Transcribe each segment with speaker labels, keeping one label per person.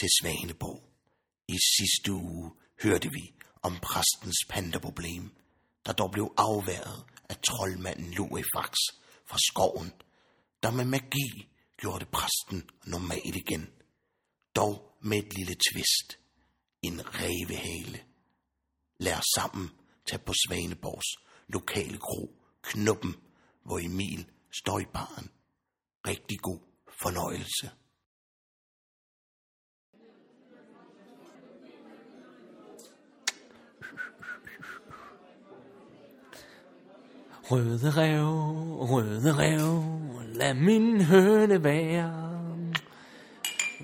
Speaker 1: til Svaneborg. I sidste uge hørte vi om præstens pandaproblem, der dog blev afværet af troldmanden Luefax fra skoven, der med magi gjorde præsten normal igen. Dog med et lille twist. En rævehale. Lad os sammen tage på Svaneborgs lokale kro, Knuppen, hvor Emil står i baren. Rigtig god fornøjelse.
Speaker 2: Røde rev, røde rev, lad min høne være.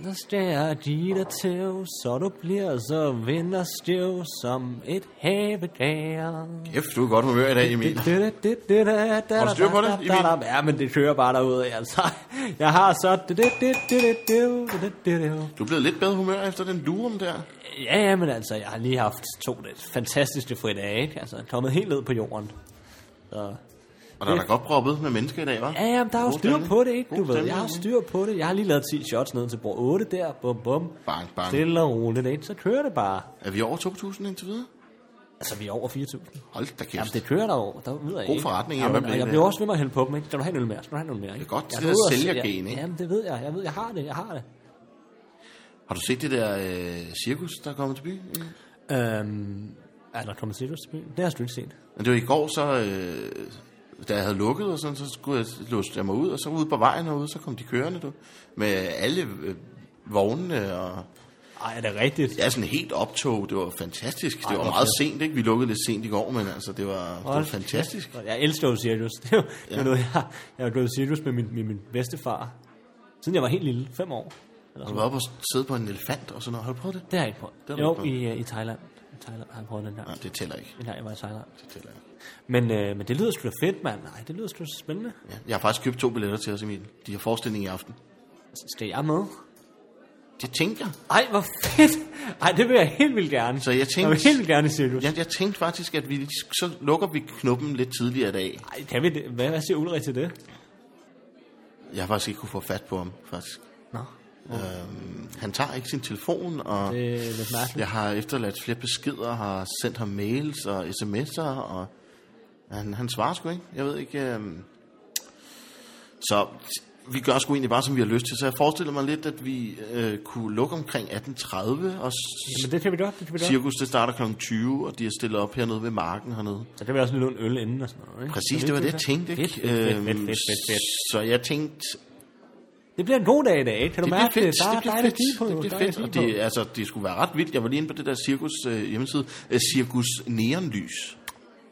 Speaker 2: Der stærer de der tæv, så du bliver så vinderstæv som et havedær.
Speaker 3: Kæft, du er i godt humør i dag, Emil.
Speaker 2: Har
Speaker 3: du styr på det, Emil?
Speaker 2: Ja, men det kører bare derudad, altså. Jeg har så...
Speaker 3: Du er blevet lidt bedre humør efter den lurum der.
Speaker 2: Ja, ja, men altså, jeg har lige haft to fantastiske fridage, ikke? Altså, jeg er kommet helt ned på jorden. Så
Speaker 3: Og der er da godt proppet med mennesker i dag, hva'?
Speaker 2: Ja, ja, men der er jo
Speaker 3: God
Speaker 2: styr
Speaker 3: stemning.
Speaker 2: på det, ikke? Du
Speaker 3: God
Speaker 2: ved, jeg
Speaker 3: stemning,
Speaker 2: har
Speaker 3: ja.
Speaker 2: styr på det. Jeg har lige lavet 10 shots ned til bord 8 der. Bum, bum.
Speaker 3: Bang, bang.
Speaker 2: Stille og roligt, ikke? Så kører det bare.
Speaker 3: Er vi over 2.000 indtil videre?
Speaker 2: Altså, vi er over 4.000.
Speaker 3: Hold da kæft.
Speaker 2: Jamen, det kører der over. Der ved jeg
Speaker 3: God
Speaker 2: ikke.
Speaker 3: forretning i
Speaker 2: Jamen, og
Speaker 3: øjeblikket.
Speaker 2: jeg bliver også ved med at hælde på dem, ikke? Skal du have en øl mere? Skal du have en øl mere, ikke?
Speaker 3: Det er godt
Speaker 2: Jeg
Speaker 3: til at
Speaker 2: ved
Speaker 3: sælge
Speaker 2: jeg-
Speaker 3: gen, ikke?
Speaker 2: Jamen, det ved jeg. Jeg ved, jeg har det. Jeg har det.
Speaker 3: Har du set det der øh, cirkus, der er kommet til byen? Emil?
Speaker 2: Øhm, er der kommet til byen? Det har jeg sgu ikke set.
Speaker 3: Men det var i går, så, øh, da jeg havde lukket, og sådan, så skulle jeg, låste jeg mig ud, og så ude på vejen herude, så kom de kørende, du, med alle øh, vognene, og
Speaker 2: Ej, er det rigtigt?
Speaker 3: ja, sådan helt optog, det var fantastisk.
Speaker 2: Ej,
Speaker 3: det var
Speaker 2: hvor
Speaker 3: meget sent, ikke? Vi lukkede lidt sent i går, men altså, det var, det var fantastisk.
Speaker 2: Jeg elsker jo Sirius. Det er jo det er noget, jeg, jeg har gået i Sirius med min, min, min bedstefar. Siden jeg var helt lille. Fem år. Eller
Speaker 3: Har du været oppe og sidde på en elefant og sådan noget? Har du prøvet det?
Speaker 2: Det har jeg ikke prøvet.
Speaker 3: har du
Speaker 2: jo,
Speaker 3: ikke prøvet.
Speaker 2: i, øh, i Thailand. I Thailand har jeg prøvet den her.
Speaker 3: Nej, det tæller ikke.
Speaker 2: Den her, jeg var i Thailand.
Speaker 3: Det tæller ikke.
Speaker 2: Men, øh, men det lyder sgu da fedt, mand. Nej, det lyder sgu da spændende.
Speaker 3: Ja. Jeg har faktisk købt to billetter til os, Emil. De har forestilling i aften.
Speaker 2: Skal jeg med?
Speaker 3: Det tænkte jeg.
Speaker 2: Ej, hvor fedt! Ej, det vil jeg helt vildt gerne.
Speaker 3: Så jeg tænkte-
Speaker 2: Jeg vil helt vildt gerne i cirkus.
Speaker 3: Jeg, jeg tænkte faktisk, at vi, så lukker vi knuppen lidt tidligere i dag.
Speaker 2: Ej, kan vi det? Hvad, hvad siger Ulrik til det?
Speaker 3: Jeg har faktisk ikke kunne få fat på ham, faktisk.
Speaker 2: Nå,
Speaker 3: Øhm, han tager ikke sin telefon, og
Speaker 2: det er lidt mærkeligt.
Speaker 3: Altså, jeg har efterladt flere beskeder, har sendt ham mails og sms'er, og han, han svarer sgu ikke. Jeg ved ikke. Øhm. Så vi gør sgu egentlig bare, som vi har lyst til. Så jeg forestiller mig lidt, at vi øh, kunne lukke omkring 18.30, og
Speaker 2: Men
Speaker 3: s-
Speaker 2: det kan vi godt, det kan vi godt.
Speaker 3: cirkus det starter kl. 20, og de er stillet op hernede ved marken hernede.
Speaker 2: Så kan vi også lige låne øl inden og sådan noget, ikke?
Speaker 3: Præcis, det var det, jeg tænkte.
Speaker 2: Fedt,
Speaker 3: Ikke?
Speaker 2: fedt, fedt, fedt,
Speaker 3: Øhm,
Speaker 2: fedt, fedt, fedt.
Speaker 3: Så jeg tænkte,
Speaker 2: Det bliver en god dag i dag, ikke? Kan du
Speaker 3: Det
Speaker 2: mærke
Speaker 3: bliver fedt,
Speaker 2: det?
Speaker 3: det
Speaker 2: Der, der
Speaker 3: bliver
Speaker 2: er
Speaker 3: fedt,
Speaker 2: energi på.
Speaker 3: det
Speaker 2: der
Speaker 3: bliver
Speaker 2: er
Speaker 3: fedt,
Speaker 2: energi
Speaker 3: og
Speaker 2: på.
Speaker 3: det, altså, det skulle være ret vildt. Jeg var lige inde på det der cirkus øh, hjemmeside, øh, Cirkus Neonlys.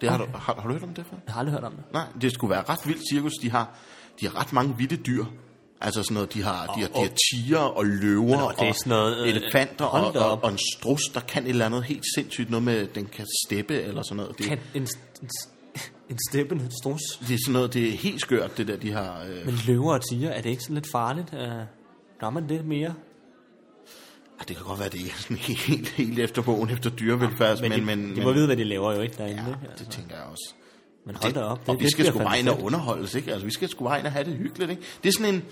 Speaker 3: Det har, du, har, har du hørt om det før?
Speaker 2: Jeg har aldrig hørt om det.
Speaker 3: Nej, det skulle være ret vildt cirkus. De har, de har ret mange vilde dyr. Altså sådan noget, de har, de har, de har tiger og løver
Speaker 2: Nå, det er
Speaker 3: og
Speaker 2: sådan noget, øh,
Speaker 3: elefanter
Speaker 2: hold
Speaker 3: og,
Speaker 2: da
Speaker 3: og,
Speaker 2: op.
Speaker 3: og, en strus, der kan et eller andet helt sindssygt. Noget med, den kan steppe eller sådan noget. Det,
Speaker 2: Kan en, en, en steppen strus
Speaker 3: det er sådan noget, det er helt skørt, det der, de har... Øh,
Speaker 2: Men løver og tiger, er det ikke sådan lidt farligt? Uh, gør man det mere?
Speaker 3: ah, det kan godt være, det er sådan helt, helt efter bogen, efter dyrevelfærd. Men, men,
Speaker 2: de,
Speaker 3: men,
Speaker 2: de må vide, hvad de laver jo ikke derinde. Ja,
Speaker 3: Ja, det tænker jeg også.
Speaker 2: Men hold da op.
Speaker 3: Det, og vi skal
Speaker 2: bliver
Speaker 3: sgu
Speaker 2: fandme
Speaker 3: bare ind og
Speaker 2: fedt.
Speaker 3: underholdes, ikke? Altså, vi skal sgu bare ind og have det hyggeligt, ikke? Det er sådan en...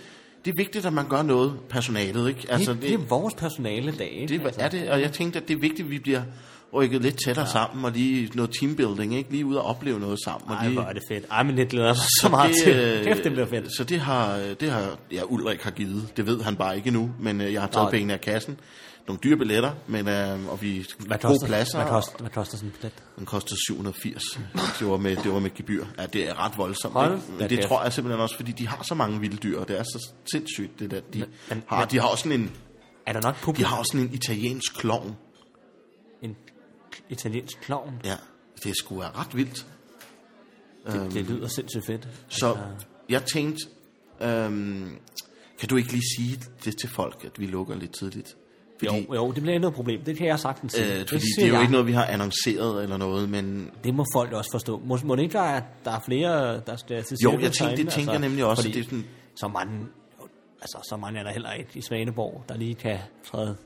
Speaker 3: Det er vigtigt, at man gør noget, personalet, ikke? Altså,
Speaker 2: det, det, er vores personale dag, ikke?
Speaker 3: det, det er det, og jeg tænkte, at det er vigtigt, at vi bliver rykket lidt tættere ja. sammen, og lige noget teambuilding, ikke? Lige ud og opleve noget sammen. og
Speaker 2: Ej,
Speaker 3: lige, øh,
Speaker 2: hvor er det fedt. Ej, men det glæder jeg mig så meget det, til. Kæft, det bliver fedt.
Speaker 3: Så det har, det har ja, Ulrik har givet. Det ved han bare ikke endnu, men øh, jeg har taget
Speaker 2: Nå.
Speaker 3: pengene af kassen. Nogle dyre billetter, men, øh, og vi
Speaker 2: Hvad
Speaker 3: gode
Speaker 2: koster,
Speaker 3: pladser.
Speaker 2: hvad,
Speaker 3: og-
Speaker 2: koster, hvad koster sådan en plet?
Speaker 3: Den kostede 780. Det var med, det var med gebyr. Ja, det er ret voldsomt.
Speaker 2: Hold
Speaker 3: ikke?
Speaker 2: da
Speaker 3: Men det
Speaker 2: kæft.
Speaker 3: tror jeg simpelthen også, fordi de har så mange vilde dyr, og det er så sindssygt, det der. De,
Speaker 2: men-
Speaker 3: har, de har også sådan en,
Speaker 2: Er der nok
Speaker 3: de
Speaker 2: publikum?
Speaker 3: har også sådan en italiensk klovn.
Speaker 2: En italiensk klovn.
Speaker 3: Ja, det skulle være ret vildt. Øhm,
Speaker 2: Det, det lyder sindssygt fedt.
Speaker 3: Så
Speaker 2: Altså-
Speaker 3: jeg tænkte, øhm, kan du ikke lige sige det til folk, at vi lukker lidt tidligt? Fordi,
Speaker 2: Jo, jo, det bliver endnu et problem. Det kan jeg sagtens sige.
Speaker 3: øh, fordi det
Speaker 2: siger
Speaker 3: er jo
Speaker 2: jeg.
Speaker 3: ikke noget, vi har annonceret eller noget, men
Speaker 2: Det må folk også forstå. Må, må det ikke være, at der er flere, der skal til
Speaker 3: Jo,
Speaker 2: cirkus altså?
Speaker 3: jeg tænkte, det
Speaker 2: herinde?
Speaker 3: tænker jeg nemlig også, at det er sådan-
Speaker 2: Så mange, altså, så mange er der heller ikke i Svaneborg, der lige kan træde,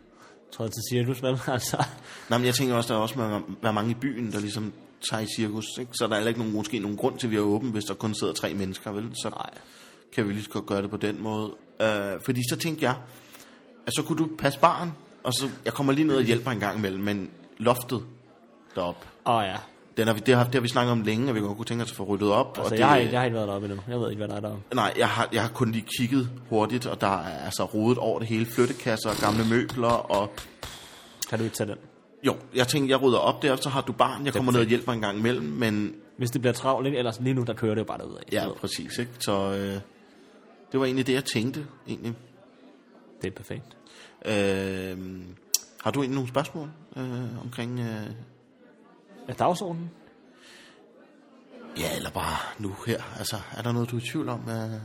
Speaker 2: træde til cirkus, vel? Altså,
Speaker 3: Nej, men jeg tænker også, der er også må være mange i byen, der ligesom tager i cirkus. Ikke? Så er der er heller ikke nogen, måske nogen grund til, at vi er åbent, hvis der kun sidder tre mennesker. Vel? Så
Speaker 2: Nej.
Speaker 3: kan vi lige så godt gøre det på den måde. Øh, fordi så tænkte jeg, at så kunne du passe barn, Og så, jeg kommer lige ned og hjælper en gang imellem, men loftet derop,
Speaker 2: Åh oh, ja.
Speaker 3: den har vi, det, har, det har vi snakket om længe, og vi godt kunne tænke os at få ryddet op. og
Speaker 2: Altså,
Speaker 3: det,
Speaker 2: jeg, har, ikke- jeg har ikke været deroppe endnu. Jeg ved ikke, hvad der er deroppe.
Speaker 3: Nej, jeg har, jeg har kun lige kigget hurtigt, og der er altså rodet over det hele. Flyttekasser og gamle møbler, og
Speaker 2: Kan du ikke tage den?
Speaker 3: jo, jeg tænkte, jeg rydder op der, så har du barn, jeg kommer ned og hjælper en gang imellem, men
Speaker 2: Hvis det bliver travlt, ikke? ellers lige nu, der kører det jo bare derudad.
Speaker 3: ja, præcis, ikke? Så øh, det var egentlig det, jeg tænkte, egentlig.
Speaker 2: Det er perfekt.
Speaker 3: Øh, har du egentlig nogle spørgsmål øh, omkring... Øh,
Speaker 2: Er dagsordenen?
Speaker 3: ja, eller bare nu her, altså, er der noget, du er i tvivl om? Øh,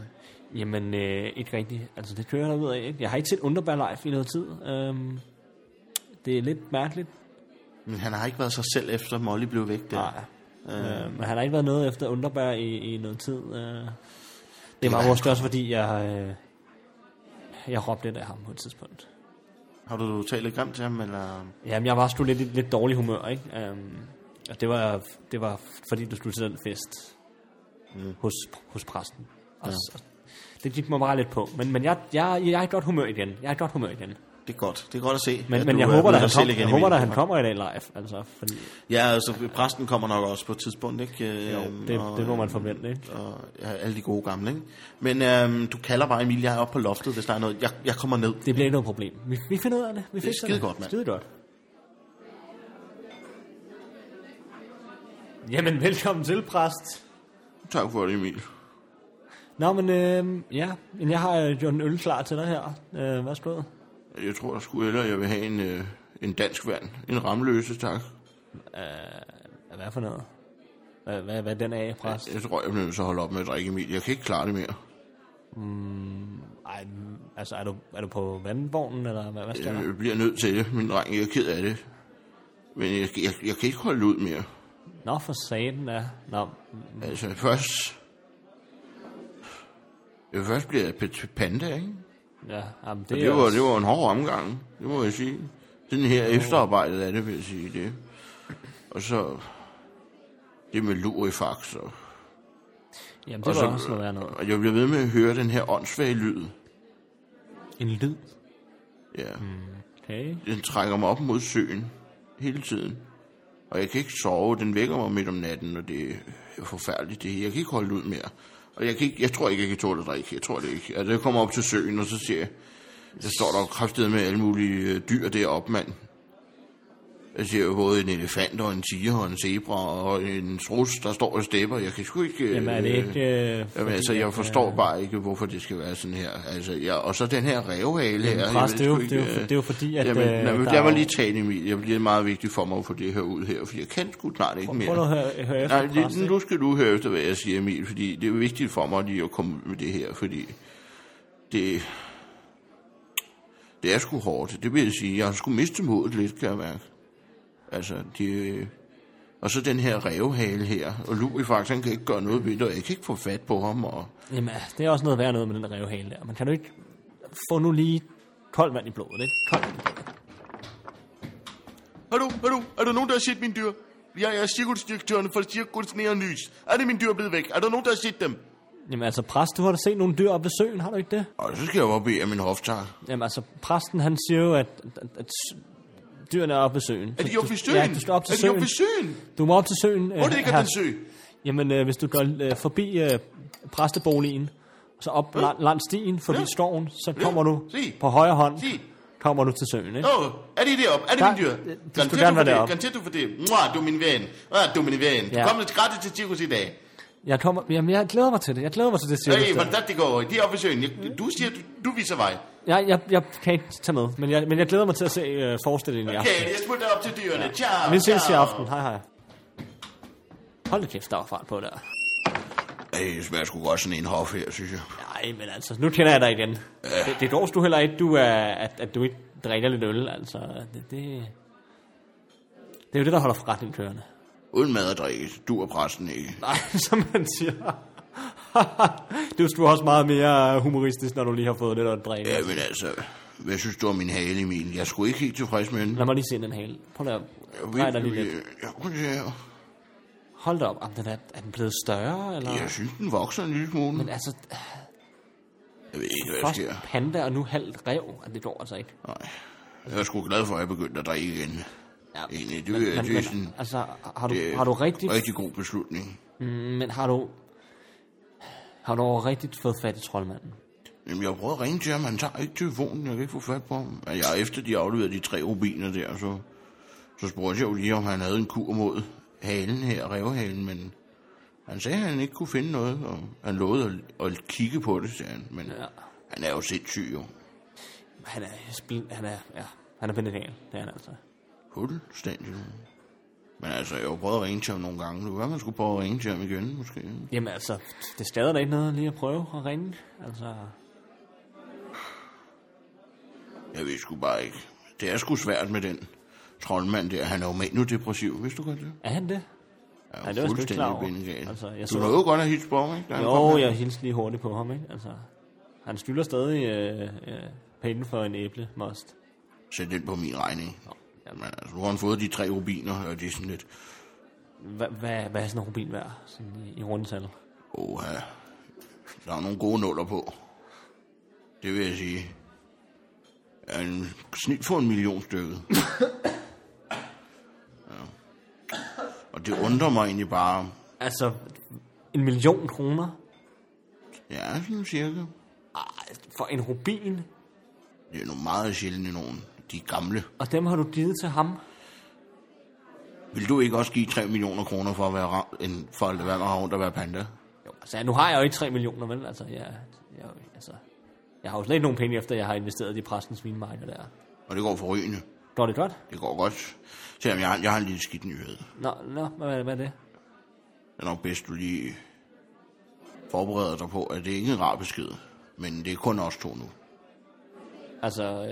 Speaker 2: Jamen, øh, ikke rigtigt. Altså, det kører derudad, ikke? Jeg har ikke set Underbær Live i noget tid. Øhm, det er lidt mærkeligt.
Speaker 3: men han har ikke været sig selv, efter Molly blev væk der.
Speaker 2: Nej. Øh, men han har ikke været noget efter Underbær i, i noget tid. Øh. Det
Speaker 3: var
Speaker 2: var
Speaker 3: han
Speaker 2: måske også, fordi jeg, øh, jeg råbte lidt af ham på et tidspunkt.
Speaker 3: Har du talt lidt grimt til ham, eller...
Speaker 2: Jamen, jeg var sgu lidt i lidt dårlig humør, ikke? Um, og det var, det var fordi, du sluttede den fest mm. hos, hos præsten. Og, ja. og, det gik mig meget lidt på. Men, men jeg, jeg, jeg er i godt humør igen. Jeg er i godt humør igen.
Speaker 3: Det er godt. Det er godt at se.
Speaker 2: Men,
Speaker 3: at
Speaker 2: ja, men
Speaker 3: du
Speaker 2: jeg
Speaker 3: er
Speaker 2: håber,
Speaker 3: blevet
Speaker 2: at han,
Speaker 3: dig selv
Speaker 2: kom,
Speaker 3: igen
Speaker 2: jeg
Speaker 3: i
Speaker 2: håber, at han
Speaker 3: medierne.
Speaker 2: kommer i dag live. Altså, fordi,
Speaker 3: Ja, altså præsten kommer nok også på et tidspunkt, ikke?
Speaker 2: jo,
Speaker 3: Øhm,
Speaker 2: det,
Speaker 3: og,
Speaker 2: det må man forvente, ikke?
Speaker 3: Og, ja, alle de gode gamle, ikke? Men øhm, du kalder bare Emil, jeg er oppe på loftet, hvis der er noget. Jeg, jeg kommer ned.
Speaker 2: Det bliver ikke noget problem. Vi, vi finder ud af det. Vi det
Speaker 3: skide godt, mand.
Speaker 2: Skide godt. Jamen, velkommen til, præst.
Speaker 3: Tak for det, Emil.
Speaker 2: Nå, men øh, ja, men jeg har øh, gjort en øl klar til dig her. Øh, værsgo.
Speaker 3: Jeg tror, jeg skulle hellere, jeg vil have en, øh, en dansk vand. En ramløse, tak.
Speaker 2: Hvad for noget? Hvad, hvad, hvad er den af, præst?
Speaker 3: Jeg tror, jeg bliver nødt til at holde op med at drikke, Emil. Jeg kan ikke klare det mere. øh.
Speaker 2: Ej, mm, altså, er du, er du på vandvognen, eller hvad, hvad skal der?
Speaker 3: Jeg bliver nødt til det, min dreng. Jeg er ked af det. Men jeg, jeg, jeg kan ikke holde ud mere.
Speaker 2: Nå, for satan, ja. Nå, mm,
Speaker 3: Altså først... Jeg vil først bliver pet- panda, ikke?
Speaker 2: ja, jamen, det,
Speaker 3: Og
Speaker 2: er
Speaker 3: det var,
Speaker 2: også-
Speaker 3: det var en hård omgang, det må jeg sige. Sådan her efterarbejdet af det, vil jeg sige det. Og så det med lur i fax. Og,
Speaker 2: Jamen,
Speaker 3: og
Speaker 2: det
Speaker 3: så,
Speaker 2: var også noget værd noget.
Speaker 3: og jeg bliver ved med at høre den her åndssvage lyd.
Speaker 2: En lyd.
Speaker 3: Ja. Mm.
Speaker 2: Okay.
Speaker 3: Den trækker mig op mod søen hele tiden. Og jeg kan ikke sove, den vækker mig midt om natten, og det er forfærdeligt det her. Jeg kan ikke holde ud mere. Og jeg, kan ikke, jeg tror ikke, jeg kan tåle at drikke. Jeg tror det ikke. Altså, jeg kommer op til søen, og så siger jeg, der står der kraftet med alle mulige øh, dyr deroppe, mand. Jeg ser jo både en elefant og en tiger og en zebra og en strus, der står og stepper. Jeg kan sgu ikke... øh,
Speaker 2: Jamen, er det ikke... Øh,
Speaker 3: Jamen, altså, jeg forstår bare ikke, hvorfor det skal være sådan her. Altså, ja, og så den her rævhale her. jeg
Speaker 2: pres,
Speaker 3: ved
Speaker 2: det er jo-
Speaker 3: sgu ikke,
Speaker 2: det er jo-
Speaker 3: øh,
Speaker 2: det er jo fordi, at,
Speaker 3: Jamen,
Speaker 2: øh,
Speaker 3: lad, mig-
Speaker 2: der
Speaker 3: lad mig
Speaker 2: er
Speaker 3: lige
Speaker 2: jo-
Speaker 3: tale, Emil. Jeg bliver meget vigtigt for mig at få det her ud her, for jeg kan sgu snart ikke mere.
Speaker 2: øh, Prøv nu at høre, høre efter,
Speaker 3: Nej,
Speaker 2: præst.
Speaker 3: det,
Speaker 2: ikke?
Speaker 3: nu skal du høre efter, hvad jeg siger, Emil, fordi det er vigtigt for mig lige at komme ud med det her, fordi det, det er sgu hårdt. Det vil jeg sige, jeg har sgu mistet modet lidt, kan jeg mærke. Altså, det, og så den her revhale her, og Louis faktisk, han kan ikke gøre noget ved det, og jeg kan ikke få fat på ham, og
Speaker 2: Jamen, altså, det er også noget værd noget med den der revhale der. Man kan jo ikke få nu lige koldt vand i blodet, ikke? Koldt vand i blodet.
Speaker 4: Hallo, hallo, er der nogen, der har set mine dyr? Jeg er cirkusdirektøren for Cirkusnæren Lys. Er det mine dyr blevet væk? Er der nogen, der har set dem?
Speaker 2: Jamen altså, præst, du har da set nogle dyr oppe ved søen, har du ikke det?
Speaker 3: og så skal jeg jo bare bede om en hoftar.
Speaker 2: Jamen altså, præsten han siger jo, at, at, at s- dyrene er oppe ved søen.
Speaker 4: Er de oppe ved søen?
Speaker 2: Ja, du skal op til
Speaker 4: er de
Speaker 2: søen.
Speaker 4: oppe ved søen?
Speaker 2: Du må op til søen. øh,
Speaker 4: Hvor er det ikke er den sø?
Speaker 2: Jamen, øh, hvis du går øh, forbi øh, præsteboligen, så op ja. langs stien, forbi ja.
Speaker 4: Ja.
Speaker 2: skoven, så kommer du
Speaker 4: Se.
Speaker 2: på højre hånd,
Speaker 4: Se.
Speaker 2: kommer du til søen, ikke?
Speaker 4: Nå, er det deroppe? Er det
Speaker 2: Der-
Speaker 4: mine dyr?
Speaker 2: det- det
Speaker 4: Garanter
Speaker 2: skulle
Speaker 4: du for
Speaker 2: gerne
Speaker 4: det?
Speaker 2: være deroppe.
Speaker 4: Garanter du for det? Mwah, du er min ven. Ah, du er min ven. Du
Speaker 2: Ja.
Speaker 4: kommer gratis til cirkus i dag.
Speaker 2: Jeg, kommer, jamen, jeg glæder mig til det. Jeg glæder mig til det, siger
Speaker 4: Hey, hvordan det går? De er oppe ved søen. Jeg- Du siger, du, du viser vej.
Speaker 2: jeg, jeg, jeg kan ikke tage med, men jeg, men jeg glæder mig til at se øh, forestillingen i
Speaker 4: Okay,
Speaker 2: aften.
Speaker 4: jeg smutter op til dyrene. Ciao,
Speaker 2: Vi ses i
Speaker 4: ciao.
Speaker 2: aften. Hej, hej. Hold da kæft, der var fart på der.
Speaker 3: Ej, det smager sgu godt sådan en hof her, synes jeg.
Speaker 2: Nej, men altså, nu kender jeg dig igen. Det, det går du heller ikke, du er, at, at du ikke drikker lidt øl, altså. Det, det, det er jo det, der holder forretningen kørende.
Speaker 3: Uden mad og drikke, du og præsten ikke.
Speaker 2: Nej, som man siger. det er jo sgu også meget mere øh, humoristisk, når du lige har fået lidt at drikke.
Speaker 3: Ja, men altså, hvad synes du om min hale, Emil? Jeg er sgu ikke helt tilfreds med den.
Speaker 2: Lad mig lige se den hale. Prøv lige at dreje dig lige lidt.
Speaker 3: Jeg, kunne se her.
Speaker 2: Hold da op, Jamen, den er, er den blevet større, eller?
Speaker 3: jeg synes, den vokser en lille smule.
Speaker 2: Men altså,
Speaker 3: Jeg ved ikke, hvad der
Speaker 2: først
Speaker 3: sker.
Speaker 2: panda og nu halvt rev, Jamen, det går altså ikke.
Speaker 3: Nej. Jeg er sgu glad for, at jeg begyndte at drikke igen.
Speaker 2: Ja,
Speaker 3: Egentlig, det, men, det,
Speaker 2: men,
Speaker 3: det er sådan,
Speaker 2: men, altså, har du,
Speaker 3: det er
Speaker 2: har du rigtigt,
Speaker 3: Øh, rigtig god beslutning.
Speaker 2: men har du, har du rigtigt fået fat i troldmanden?
Speaker 3: Jamen, jeg har prøvet at ringe til ham, han tager ikke telefonen, jeg kan ikke få fat på ham. Og Jeg, efter de afleverede de tre rubiner der, så, så spurgte jeg jo lige, om han havde en kur mod halen her, revhalen, men han sagde, at han ikke kunne finde noget, og han lovede at, at kigge på det, sagde han, men ja. han er jo sindssyg jo.
Speaker 2: Han er, spl- han er, ja, han er penetral, det er han altså.
Speaker 3: Fuldstændig. Men altså, jeg har jo prøvet at ringe til ham nogle gange, det var, man skulle prøve at ringe til ham igen, måske.
Speaker 2: Jamen altså, det stadig da ikke noget lige at prøve at ringe. Altså,
Speaker 3: Jeg ved sgu bare ikke. Det er sgu svært med den troldmand der. Han er jo manodepressiv, vidste du godt det?
Speaker 2: er han det?
Speaker 3: Ja,
Speaker 2: Ej, det var jeg sgu ikke klar over. Altså,
Speaker 3: Altså,
Speaker 2: jeg
Speaker 3: jeg
Speaker 2: så-
Speaker 3: du nåede jo godt at hilse på ham, ikke? da han kom
Speaker 2: Jo,
Speaker 3: her?
Speaker 2: jeg hilste lige hurtigt på ham, ikke? Altså, han skylder stadig øh, øh, penge for en æblemost.
Speaker 3: Sæt den på min regning. Men altså, nu har han fået de tre rubiner, og det er sådan lidt...
Speaker 2: Hva, hva, hvad er sådan en rubin værd sådan i, i rundetal?
Speaker 3: Åh, der er nogle gode nuller på. Det vil jeg sige. Er en snit for en million stykket. ja. Og det undrer mig egentlig bare.
Speaker 2: Altså, en million kroner
Speaker 3: Ja, sådan cirka.
Speaker 2: Ej, for en rubin,
Speaker 3: Det er nogle meget sjældne nogen. De er gamle.
Speaker 2: og dem har du givet til ham?
Speaker 3: Vil du ikke også give 3 millioner kroner for at være, ra- en, for at være rundt og være panda?
Speaker 2: Jo, altså, nu har jeg jo ikke 3 millioner, vel? Altså, jeg, jeg, altså, jeg har jo slet ikke nogen penge, efter jeg har investeret i præstens vinmarker der.
Speaker 3: Og det går forrygende.
Speaker 2: Går det godt?
Speaker 3: Det går godt. Selvom jeg har, jeg har en lille skidt nyhed.
Speaker 2: Nå, nå hvad, hvad er det?
Speaker 3: Det er nok bedst, du lige forbereder dig på, at det ikke er en rar besked. Men det er kun os to nu.
Speaker 2: Altså, øh,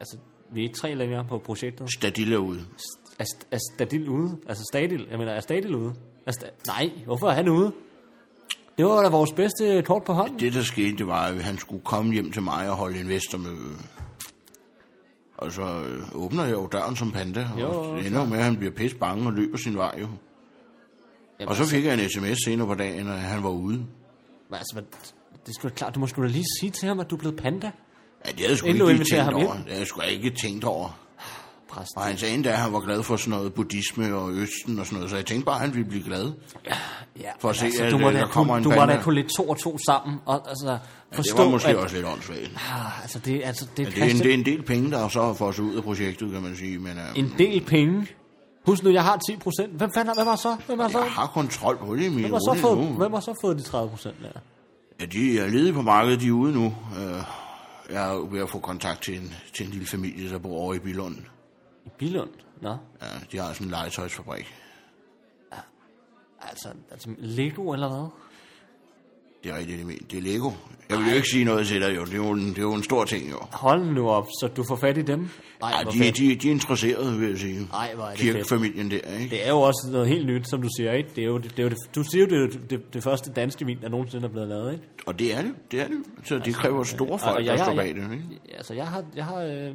Speaker 2: altså, vi er ikke tre længere på projektet.
Speaker 3: Stadil er ude.
Speaker 2: Er, st- er Stadil ude? Altså Stadil, jeg mener, er Stadil ude? Er sta- Nej, hvorfor er han ude? Det var da vores bedste kort på hånden.
Speaker 3: Det, der skete, det var, at han skulle komme hjem til mig og holde investormøde. Og så øh, åbner jeg jo døren som panda, og
Speaker 2: Jo,
Speaker 3: jo, det ender jo med, at han bliver pisse bange og løber sin vej jo.
Speaker 2: Jamen, altså-
Speaker 3: og så fik jeg en sms senere på dagen, at han var ude.
Speaker 2: Men Altså, hvad, det er sgu da klart, du må sgu da lige sige til ham, at du er blevet panda.
Speaker 3: Ja, det havde jeg sgu
Speaker 2: Inden du
Speaker 3: ikke lige
Speaker 2: inviterer
Speaker 3: tænkt
Speaker 2: ham
Speaker 3: over. Det havde jeg sgu ikke tænkt over.
Speaker 2: Præsten.
Speaker 3: Og han sagde endda, at han var glad for sådan noget buddhisme og østen og sådan noget, så jeg tænkte bare, at han ville blive glad.
Speaker 2: Ja,
Speaker 3: for at
Speaker 2: men altså,
Speaker 3: se, at,
Speaker 2: du må
Speaker 3: øh,
Speaker 2: da,
Speaker 3: der kommer
Speaker 2: du,
Speaker 3: en
Speaker 2: du må da
Speaker 3: panda.
Speaker 2: kunne lægge to og to sammen, og altså
Speaker 3: det
Speaker 2: forstå,
Speaker 3: var måske
Speaker 2: at...
Speaker 3: også lidt åndssvagt.
Speaker 2: Ah, altså, det, er- altså, det er,
Speaker 3: Det er, en, det
Speaker 2: Christian-
Speaker 3: er en del penge, der så får os ud af projektet, kan man sige. Men øh,
Speaker 2: en del penge. Husk nu, jeg har 10 procent. Hvem fanden har, hvem har så? Hvem har så?
Speaker 3: jeg har kontrol på det, min
Speaker 2: Hvem har så
Speaker 3: rolig
Speaker 2: fået,
Speaker 3: nu.
Speaker 2: hvem har så fået de 30 procent der?
Speaker 3: Ja, de er ledige på markedet, de er ude nu. Øh, jeg er jo ved at få kontakt til en, til en lille familie, der bor over i Bilund.
Speaker 2: I Bilund? Nå.
Speaker 3: Ja, de har sådan en legetøjsfabrik.
Speaker 2: Altså, altså Lego eller hvad?
Speaker 3: Det er rigtigt, det men. Det er Lego. Jeg vil jo ikke sige noget til dig, jo. Det er jo en, det er jo en stor ting, jo.
Speaker 2: Hold nu op, så du får fat i dem. Nej,
Speaker 3: Ja, de, de, de er interesserede, vil jeg sige.
Speaker 2: Ej, hvor er det
Speaker 3: Kirkefamilien der, ikke?
Speaker 2: Det er jo også noget helt nyt, som du siger, ikke? Det er jo, det, det er jo det, du siger jo, det er jo det, det første danske vin, der nogensinde er blevet lavet, ikke?
Speaker 3: Og det er det, det er det. Så det kræver store
Speaker 2: Altså, øh, og
Speaker 3: folk,
Speaker 2: jeg-
Speaker 3: der står
Speaker 2: jeg-
Speaker 3: bag det, ikke?
Speaker 2: Altså, jeg har, jeg har øh,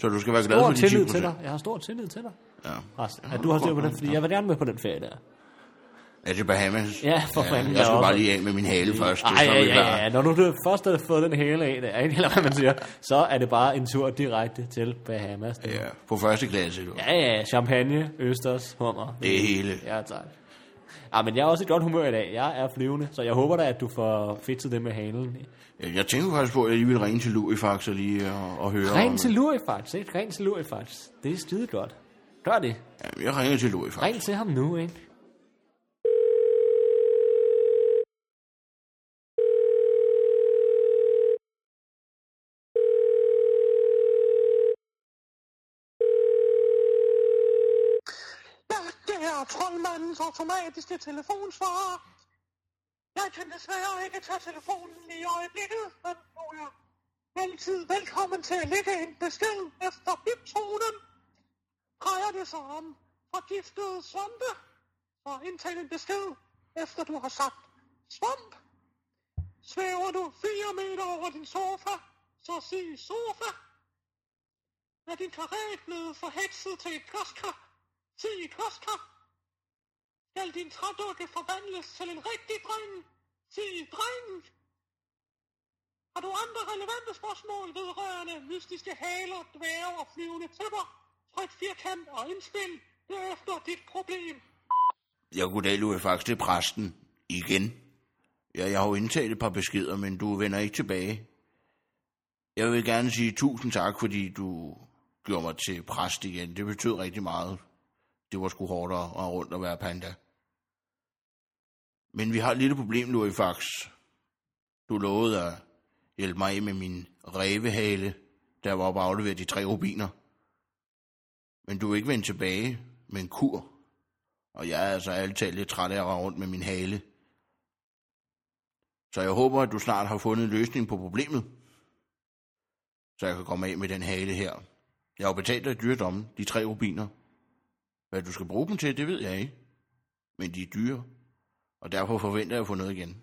Speaker 3: Så du skal være glad for
Speaker 2: stor
Speaker 3: de 10
Speaker 2: tillid til dig. Jeg har stor tillid til dig,
Speaker 3: Ja.
Speaker 2: Rast, at du har styr på det, fordi jeg vil gerne med på den ferie der.
Speaker 3: Er det Bahamas?
Speaker 2: Ja, for fanden.
Speaker 3: Jeg skal
Speaker 2: også-
Speaker 3: bare lige af med min hale først.
Speaker 2: Ej, ja, ja, ja. Når du først har fået den hele af, der, ikke? eller hvad man siger, så er det bare en tur direkte til Bahamas. Ja,
Speaker 3: ja. På første klasse, du. Ja.
Speaker 2: ja, ja. champagne, østers, hummer.
Speaker 3: Det er hele.
Speaker 2: Ja, tak. Ja, men jeg er også i godt humør i dag. Jeg er flyvende, så jeg håber da, at du får fedtet det med halen.
Speaker 3: Jeg tænkte faktisk på, at jeg lige ville ringe til Louis og lige og, og høre.
Speaker 2: Ren
Speaker 3: om-
Speaker 2: til Lurifax, ikke? Ren til Lurifax. Det er skide godt. Gør det.
Speaker 3: Jamen, jeg ringer til Louis
Speaker 2: Ren til ham nu, ikke?
Speaker 5: Ja, det er troldmandens automatiske telefonsvarer. Jeg kan desværre ikke tage telefonen i øjeblikket, men du er altid velkommen til at lægge en besked efter biptonen. Drejer det sig om forgiftede svampe, så indtal en besked, efter du har sagt svamp. Svæver du 4 meter over din sofa, så sig sofa. Er din karat blevet forhekset til et græskar? Sig et græskar. Skal din trædukke forvandles til en rigtig dreng? Sig dreng. Har Har du andre relevante spørgsmål vedrørende mystiske haler, dværge og flyvende tæpper? Tryk firkant og indspil. Derefter dit problem.
Speaker 6: Ja, goddag, Louis Fax, det er præsten. Igen.
Speaker 7: Ja, jeg har jo indtalt et par beskeder, men du vender ikke tilbage. Jeg vil gerne sige tusind tak, fordi du gjorde mig til præst igen. Det betød rigtig meget. Det var sgu hårdt at rende rundt og være panda. Men vi har et lille problem nu i fax. Du lovede at hjælpe mig af med min revehale, der var oppe afleveret de tre rubiner. Men du er ikke vendt tilbage med en kur. Og jeg er altså ærligt talt lidt træt af at rende rundt med min hale. Så jeg håber, at du snart har fundet en løsning på problemet. Så jeg kan komme af med den hale her. Jeg har jo betalt dig dyre domme, de tre rubiner. Hvad du skal bruge dem til, det ved jeg ikke. Men de er dyre, og derfor forventer jeg at få noget igen.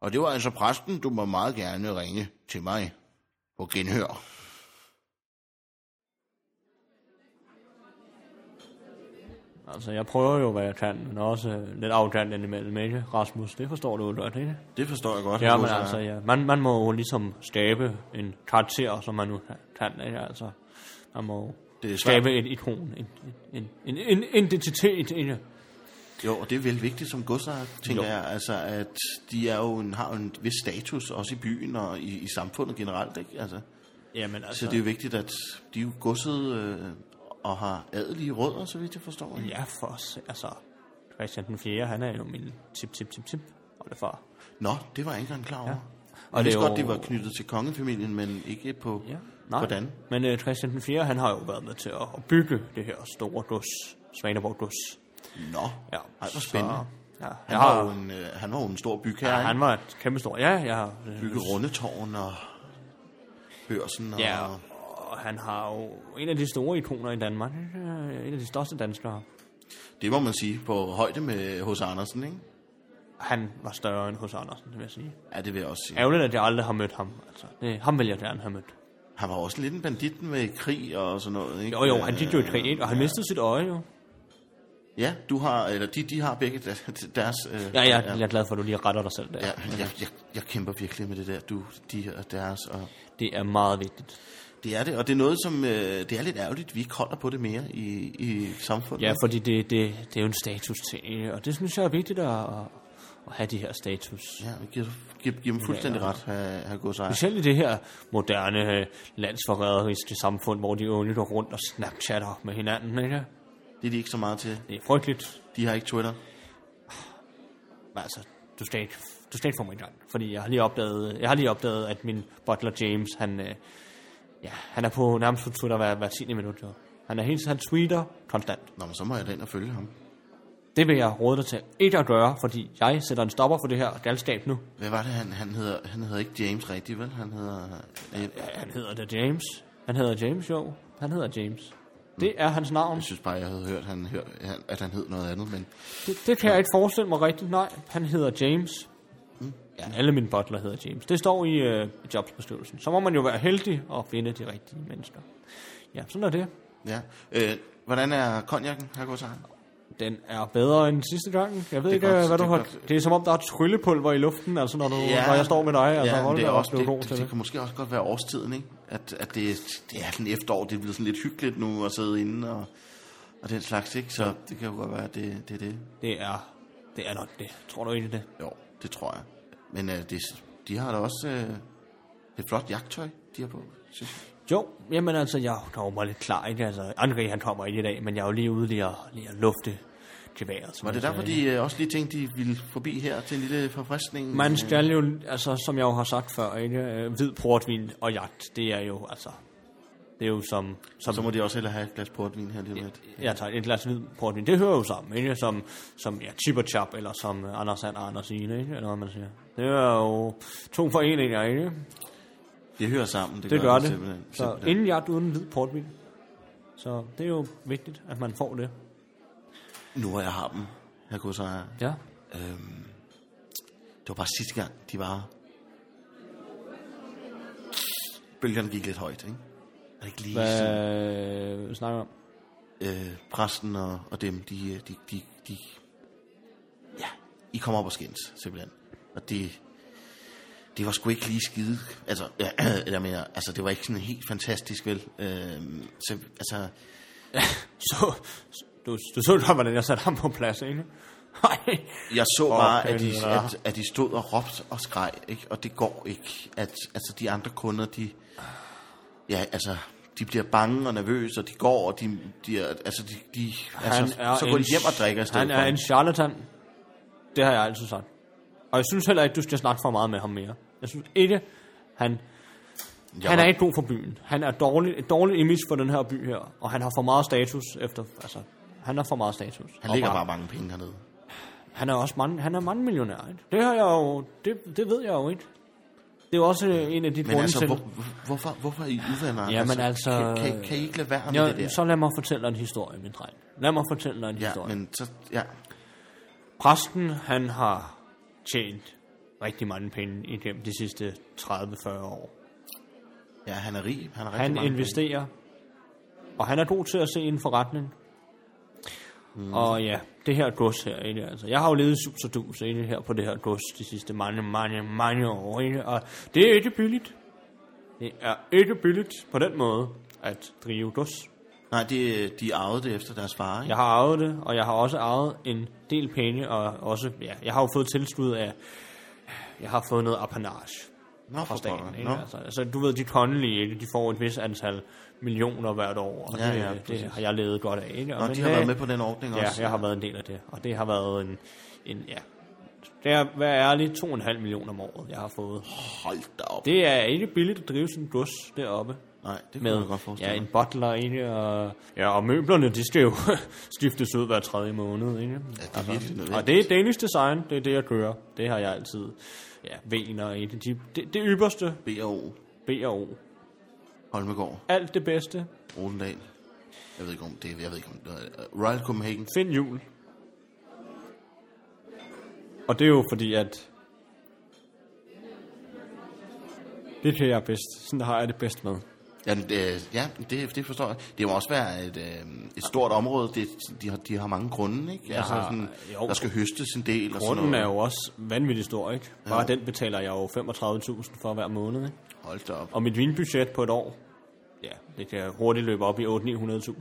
Speaker 7: Og det var altså præsten, du må meget gerne ringe til mig på genhør.
Speaker 2: Altså, jeg prøver jo, hvad jeg kan, men også øh, lidt afdannet indimellem, ikke? Rasmus, det forstår du jo godt, ikke?
Speaker 3: Det forstår jeg godt. øh,
Speaker 2: Ja, men
Speaker 3: Rosa.
Speaker 2: altså, ja. Man, man må jo ligesom skabe en karakter, som man nu kan, ikke? Altså, man må jo
Speaker 3: Det er svært.
Speaker 2: skabe et ikon, en, en, en, en identitet, ikke?
Speaker 3: Jo, og det er vel vigtigt som godsejer, tænker
Speaker 2: Jo.
Speaker 3: jo. jeg, altså, at de er jo en, har jo en vis status, også i byen og i, i samfundet generelt, ikke? Altså,
Speaker 2: Jamen, altså,
Speaker 3: så det er jo vigtigt, at de er jo godset øh, og har adelige rødder, så vidt jeg forstår. ikke?
Speaker 2: Ja, for os, altså, Christian den 4., han er jo min tip, tip, tip, tip, og det far.
Speaker 3: Nå, det var jeg ikke engang klar over. Ja.
Speaker 2: Og
Speaker 3: Og det
Speaker 2: det er
Speaker 3: godt, det
Speaker 2: jo-
Speaker 3: var knyttet til kongefamilien, men ikke på ja. hvordan.
Speaker 2: Men øh, Christian den 4., han har jo været med til at, at bygge det her store gods, Svaneborg gods.
Speaker 3: Nå,
Speaker 2: Ja,
Speaker 3: Ej, hvor spændende.
Speaker 2: Så, ja,
Speaker 3: Han,
Speaker 2: jeg
Speaker 3: var jo
Speaker 2: har,
Speaker 3: en, øh, han var jo en stor bygherre,
Speaker 2: ja,
Speaker 3: ikke?
Speaker 2: han var et kæmpe stor, ja, jeg har... øh,
Speaker 3: bygge rundetårn og børsen og...
Speaker 2: Ja, og han har jo en af de store ikoner i Danmark, øh, en af de største danskere.
Speaker 3: Det må man sige, på højde med hos Andersen, ikke?
Speaker 2: Han var større end hos Andersen, det vil jeg sige.
Speaker 3: Ja, det vil jeg også sige.
Speaker 2: Ærgerligt, at jeg aldrig har mødt ham. Altså, det, ham vil jeg gerne have mødt.
Speaker 3: Han var også lidt en bandit med krig og sådan noget, ikke? Øh,
Speaker 2: Jo, jo, han gik jo i krig, ikke? og han mistede sit øje jo.
Speaker 3: Ja, du har, eller de, de har begge der- deres... Øh,
Speaker 2: Ja, ja, jeg er glad for, at du lige retter dig selv der.
Speaker 3: ja jeg, jeg, jeg, kæmper virkelig med det der, du, de og deres. Og
Speaker 2: Det er meget vigtigt.
Speaker 3: det er det, og det er noget, som... Øh, det er lidt ærgerligt, vi ikke holder på det mere i, i samfundet.
Speaker 2: Ja, fordi det, det, det er jo en status ting, og det synes jeg er vigtigt at, at- at have de her status.
Speaker 3: Ja, vi giver, giver, giver dem fuldstændig ret, her, her går sig.
Speaker 2: Specielt i det her moderne øh, landsforræderiske samfund, hvor de unge går rundt og snapchatter med hinanden, ikke?
Speaker 3: Det er de ikke så meget til.
Speaker 2: Det er frygteligt.
Speaker 3: De har ikke Twitter.
Speaker 2: Men altså, du skal ikke, du skal ikke få mig i gang. Fordi jeg har lige opdaget, jeg har lige opdaget at min butler James, han, øh, ja, han er på nærmest på Twitter hver, hver 10. minut. Jo. Han er helt han tweeter konstant.
Speaker 3: Nå, men så må jeg da ind og følge ham.
Speaker 2: Det vil jeg råde dig til ikke at gøre, fordi jeg sætter en stopper for det her galskab nu.
Speaker 3: Hvad var det, han, han hedder? Han hedder ikke James rigtigt, vel? Han hedder... Øh,
Speaker 2: Ja, han hedder da James. Han hedder James, jo. Han hedder James. Det er hans navn.
Speaker 3: jeg synes bare, jeg havde hørt, han, hør, han- at han hed noget andet, men...
Speaker 2: Det, det kan jeg ikke forestille mig rigtigt. Nej, han hedder James.
Speaker 3: Mm.
Speaker 2: Ja, alle mine butler hedder James. Det står i øh, jobsbeskrivelsen. Så må man jo være heldig og finde de rigtige mennesker. Ja, sådan er det.
Speaker 3: Ja. Øh, hvordan er konjakken, her går sig?
Speaker 2: Den er bedre end sidste gang. Jeg ved
Speaker 3: er
Speaker 2: ikke,
Speaker 3: godt,
Speaker 2: øh,
Speaker 3: det
Speaker 2: hvad du
Speaker 3: er
Speaker 2: har...
Speaker 3: godt.
Speaker 2: Det er som om, der er tryllepulver i luften, altså når, du, når jeg står med dig. Altså,
Speaker 3: men
Speaker 2: hold
Speaker 3: det, er
Speaker 2: da op,
Speaker 3: også,
Speaker 2: du
Speaker 3: det,
Speaker 2: god
Speaker 3: det,
Speaker 2: til
Speaker 3: det, kan måske også godt være årstiden, ikke? At, at det, det er den efterår, det er blevet sådan lidt hyggeligt nu at sidde inde og, og den slags, ikke? Så det kan jo godt være, at det, det er det.
Speaker 2: Det er, det er nok det. Tror du ikke det?
Speaker 3: Jo, det tror jeg. Men øh, det, de har da også øh, et flot jagttøj, de har på, synes jeg.
Speaker 2: Jo, jamen altså, jeg kommer lidt klar, ikke? Altså, André, han kommer ikke i dag, men jeg er jo lige ude lige at, lige at lufte geværet. som
Speaker 3: Var det
Speaker 2: jeg
Speaker 3: derfor,
Speaker 2: sagde.
Speaker 3: de øh, også lige tænkte, de ville forbi her til en lille forfriskning?
Speaker 2: Man
Speaker 3: Øh,
Speaker 2: skal jo, altså, som jeg jo har sagt før, ikke? Øh, Hvid portvin og jagt, det er jo, altså... Det er jo som... som
Speaker 3: Så må de også hellere have et glas portvin her lige om lidt.
Speaker 2: jeg tager et glas hvid portvin. Det hører jo sammen, ikke? Som, som ja, chip og chap, eller som øh, Anders Sand og Anders Ine, ikke? Eller hvad man siger. Det er jo to foreninger, ikke?
Speaker 3: Det hører sammen, det,
Speaker 2: Det gør det.
Speaker 3: Simpelthen.
Speaker 2: Så
Speaker 3: Simpelthen.
Speaker 2: inden jagt uden hvid portvin. Så det er jo vigtigt, at man får det.
Speaker 3: Nu hvor jeg har dem, her kunne så
Speaker 2: Ja.
Speaker 3: Øhm, det var bare sidste gang, de var... Bølgerne gik lidt højt, ikke? Er det ikke lige sådan,
Speaker 2: Hvad snakker vi om?
Speaker 3: øh, præsten og, og dem, de, øh, de, de, de... Ja, I kommer op og skændes, simpelthen. Og det, det var sgu ikke lige skide. Altså, ja, jeg mener, altså det var ikke sådan helt fantastisk, vel? Øhm, så, altså,
Speaker 2: Så, du, du så da, hvordan jeg satte ham på plads, ikke? Ej.
Speaker 3: jeg så
Speaker 2: Åh,
Speaker 3: bare, at de,
Speaker 2: piller.
Speaker 3: at, at de stod og råbte og skreg, ikke? Og det går ikke. At, altså, de andre kunder, de... Ja, altså, de bliver bange og nervøse, og de går, og de, de er, altså, de, de altså, så går de hjem og drikker i stedet
Speaker 2: Han
Speaker 3: for.
Speaker 2: er en charlatan. Det har jeg altid sagt. Og jeg synes heller ikke, du skal snakke for meget med ham mere. Jeg synes ikke, han...
Speaker 3: Jeg
Speaker 2: han
Speaker 3: var-
Speaker 2: er ikke god for byen. Han er dårlig, et dårligt image for den her by her. Og han har for meget status efter... Altså, han har for meget status.
Speaker 3: Han
Speaker 2: Og
Speaker 3: lægger
Speaker 2: bare-
Speaker 3: bare mange penge hernede.
Speaker 2: Han er også mange, han er mange millionær, ikke? Det har jeg jo... Det, det ved jeg jo ikke. Det er jo også øh, en af de
Speaker 3: Men
Speaker 2: grunde
Speaker 3: altså,
Speaker 2: til...
Speaker 3: hvor, hvor- hvorfor, hvorfor er I uvenner?
Speaker 2: Jamen altså-
Speaker 3: Kan, kan, kan I ikke lade være med det
Speaker 2: Ja,
Speaker 3: der?
Speaker 2: så lad mig fortælle dig en historie, min dreng. Lad mig fortælle dig en
Speaker 3: ja,
Speaker 2: historie.
Speaker 3: men så... Ja,
Speaker 2: Præsten, han har tjent rigtig mange penge igennem de sidste 30-40 år.
Speaker 3: ja, han er rig. Han, er rigtig
Speaker 2: Han
Speaker 3: mange
Speaker 2: investerer, og han er god til at se en forretning. Mm. Og ja, det her gods her, ikke? Altså, jeg har jo levet i sus og dus ikke, her på det her gods de sidste mange, mange, mange år. Ikke? Og det er ikke billigt. Det er ikke billigt på den måde at drive gods.
Speaker 3: penge. Nej, de, de arvede det efter deres far, ikke?
Speaker 2: Jeg har arvet det, og jeg har også arvet en del penge, og også, ja, jeg har jo fået tilskud af, jeg har fået noget apanage
Speaker 3: Nå,
Speaker 2: fra
Speaker 3: for
Speaker 2: staten.
Speaker 3: pokker.
Speaker 2: Ikke?
Speaker 3: Nå.
Speaker 2: Altså, altså, du ved, de kondelige, ikke? de får et vis antal millioner hvert år, og
Speaker 3: Ja,
Speaker 2: det,
Speaker 3: ja,
Speaker 2: det
Speaker 3: præcis.
Speaker 2: har jeg levet godt af. Ikke? Og
Speaker 3: Nå,
Speaker 2: men
Speaker 3: de har
Speaker 2: det-
Speaker 3: været med på den ordning
Speaker 2: Ja,
Speaker 3: også.
Speaker 2: jeg har været en del af det, og det har været en, en ja, det er, vær ærlig, 2,5 millioner om året, jeg har fået.
Speaker 3: Hold da op. Det,
Speaker 2: Det er ikke billigt at drive sådan en gods deroppe.
Speaker 3: Nej, det kunne
Speaker 2: Med
Speaker 3: jeg godt forestille
Speaker 2: ja,
Speaker 3: mig.
Speaker 2: en butler, ikke? Og, ja, og møblerne, de skal jo skiftes ud hver tredje måned, ikke? Altså,
Speaker 3: Ja, det er virkelig nødvendigt.
Speaker 2: Og det er Danish design, det er det, jeg gør. Det har jeg altid. Ja, vener, ikke? De, det, det ypperste,
Speaker 3: B.O.
Speaker 2: B&O.
Speaker 3: Holmegård,
Speaker 2: Alt det bedste.
Speaker 3: Rosendal. Jeg ved ikke om det, jeg ved ikke om det er- Royal Copenhagen.
Speaker 2: Find jul. Og det er jo fordi, at... Det kan jeg bedst. Sådan har jeg det bedst med.
Speaker 3: Ja, det, øh, ja det, det forstår jeg. Det må også være et, øh, et stort område. Det, de, har, de har mange grunde, ikke? altså,
Speaker 2: har-
Speaker 3: sådan,
Speaker 2: jo.
Speaker 3: der skal høstes en del. og sådan
Speaker 2: Grunden
Speaker 3: noget.
Speaker 2: er jo også vanvittigt stor, ikke? Bare den betaler jeg jo 35.000 for hver måned, ikke?
Speaker 3: Hold da op.
Speaker 2: Og mit vinbudget på et år, ja, det kan hurtigt løbe op i 8-900.000.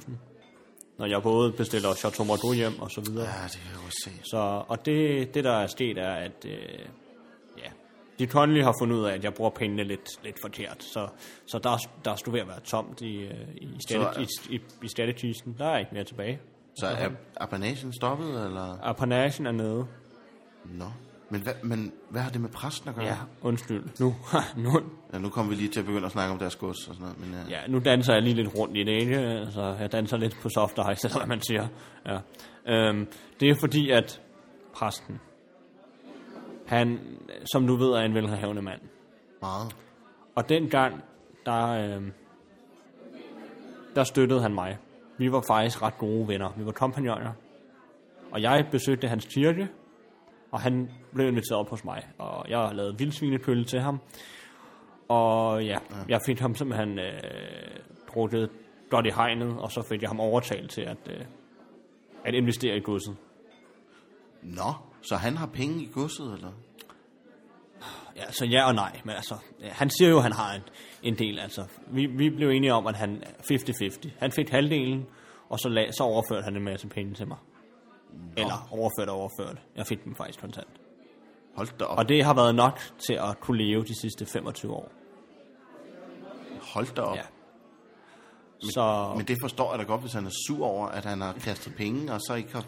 Speaker 2: Når jeg både bestiller Chateau Margaux hjem og så videre.
Speaker 3: Ja, det kan jeg godt se.
Speaker 2: Så, og det, det, der er sket, er, at øh, ja, de kondelige har fundet ud af, at jeg bruger pengene lidt, lidt forkert. Så, så der, er- der stod ved at være tomt i, øh, i,
Speaker 3: Så,
Speaker 2: strategi, i, i, i strategisten. Der er ikke mere tilbage.
Speaker 3: Så er apanagen stoppet, eller?
Speaker 2: Apanagen er nede.
Speaker 3: Nå. Men hvad, men hvad har det med præsten at gøre?
Speaker 2: Ja, undskyld. Nu, nu,
Speaker 3: ja nu kommer vi lige til at begynde at snakke om deres gods og sådan noget. Men, øh, ja.
Speaker 2: ja, nu danser jeg lige lidt rundt i det, ikke? Altså, jeg danser lidt på soft ice, eller hvad man siger. Ja. Øhm, det er fordi, at præsten, han, som du ved, er en velhavende mand.
Speaker 3: Meget.
Speaker 2: Og dengang, der, øh, der støttede han mig. Vi var faktisk ret gode venner. Vi var kompagnoner. Og jeg besøgte hans kirke, og han blev inviteret op hos mig. Og jeg lavede vildsvinekølle til ham. Og ja, jeg fik ham simpelthen øh, drukket godt i hegnet, og så fik jeg ham overtalt til at, øh, at investere i godset.
Speaker 3: Nå, så han har penge i godset, eller?
Speaker 2: Ja, så ja og nej, men altså, ja, han siger jo, at han har en, en del, altså. Vi, vi blev enige om, at han er 50-50. Han fik halvdelen, og så, lag, så overførte han en masse penge til mig. Eller overført og overført. Jeg fik dem faktisk kontant.
Speaker 3: Hold da op.
Speaker 2: Og det har været nok til at kunne leve de sidste 25 år.
Speaker 3: Hold da op.
Speaker 2: Ja. Så
Speaker 3: Men det forstår jeg da godt, hvis han er sur over, at han har kastet penge, og så ikke har...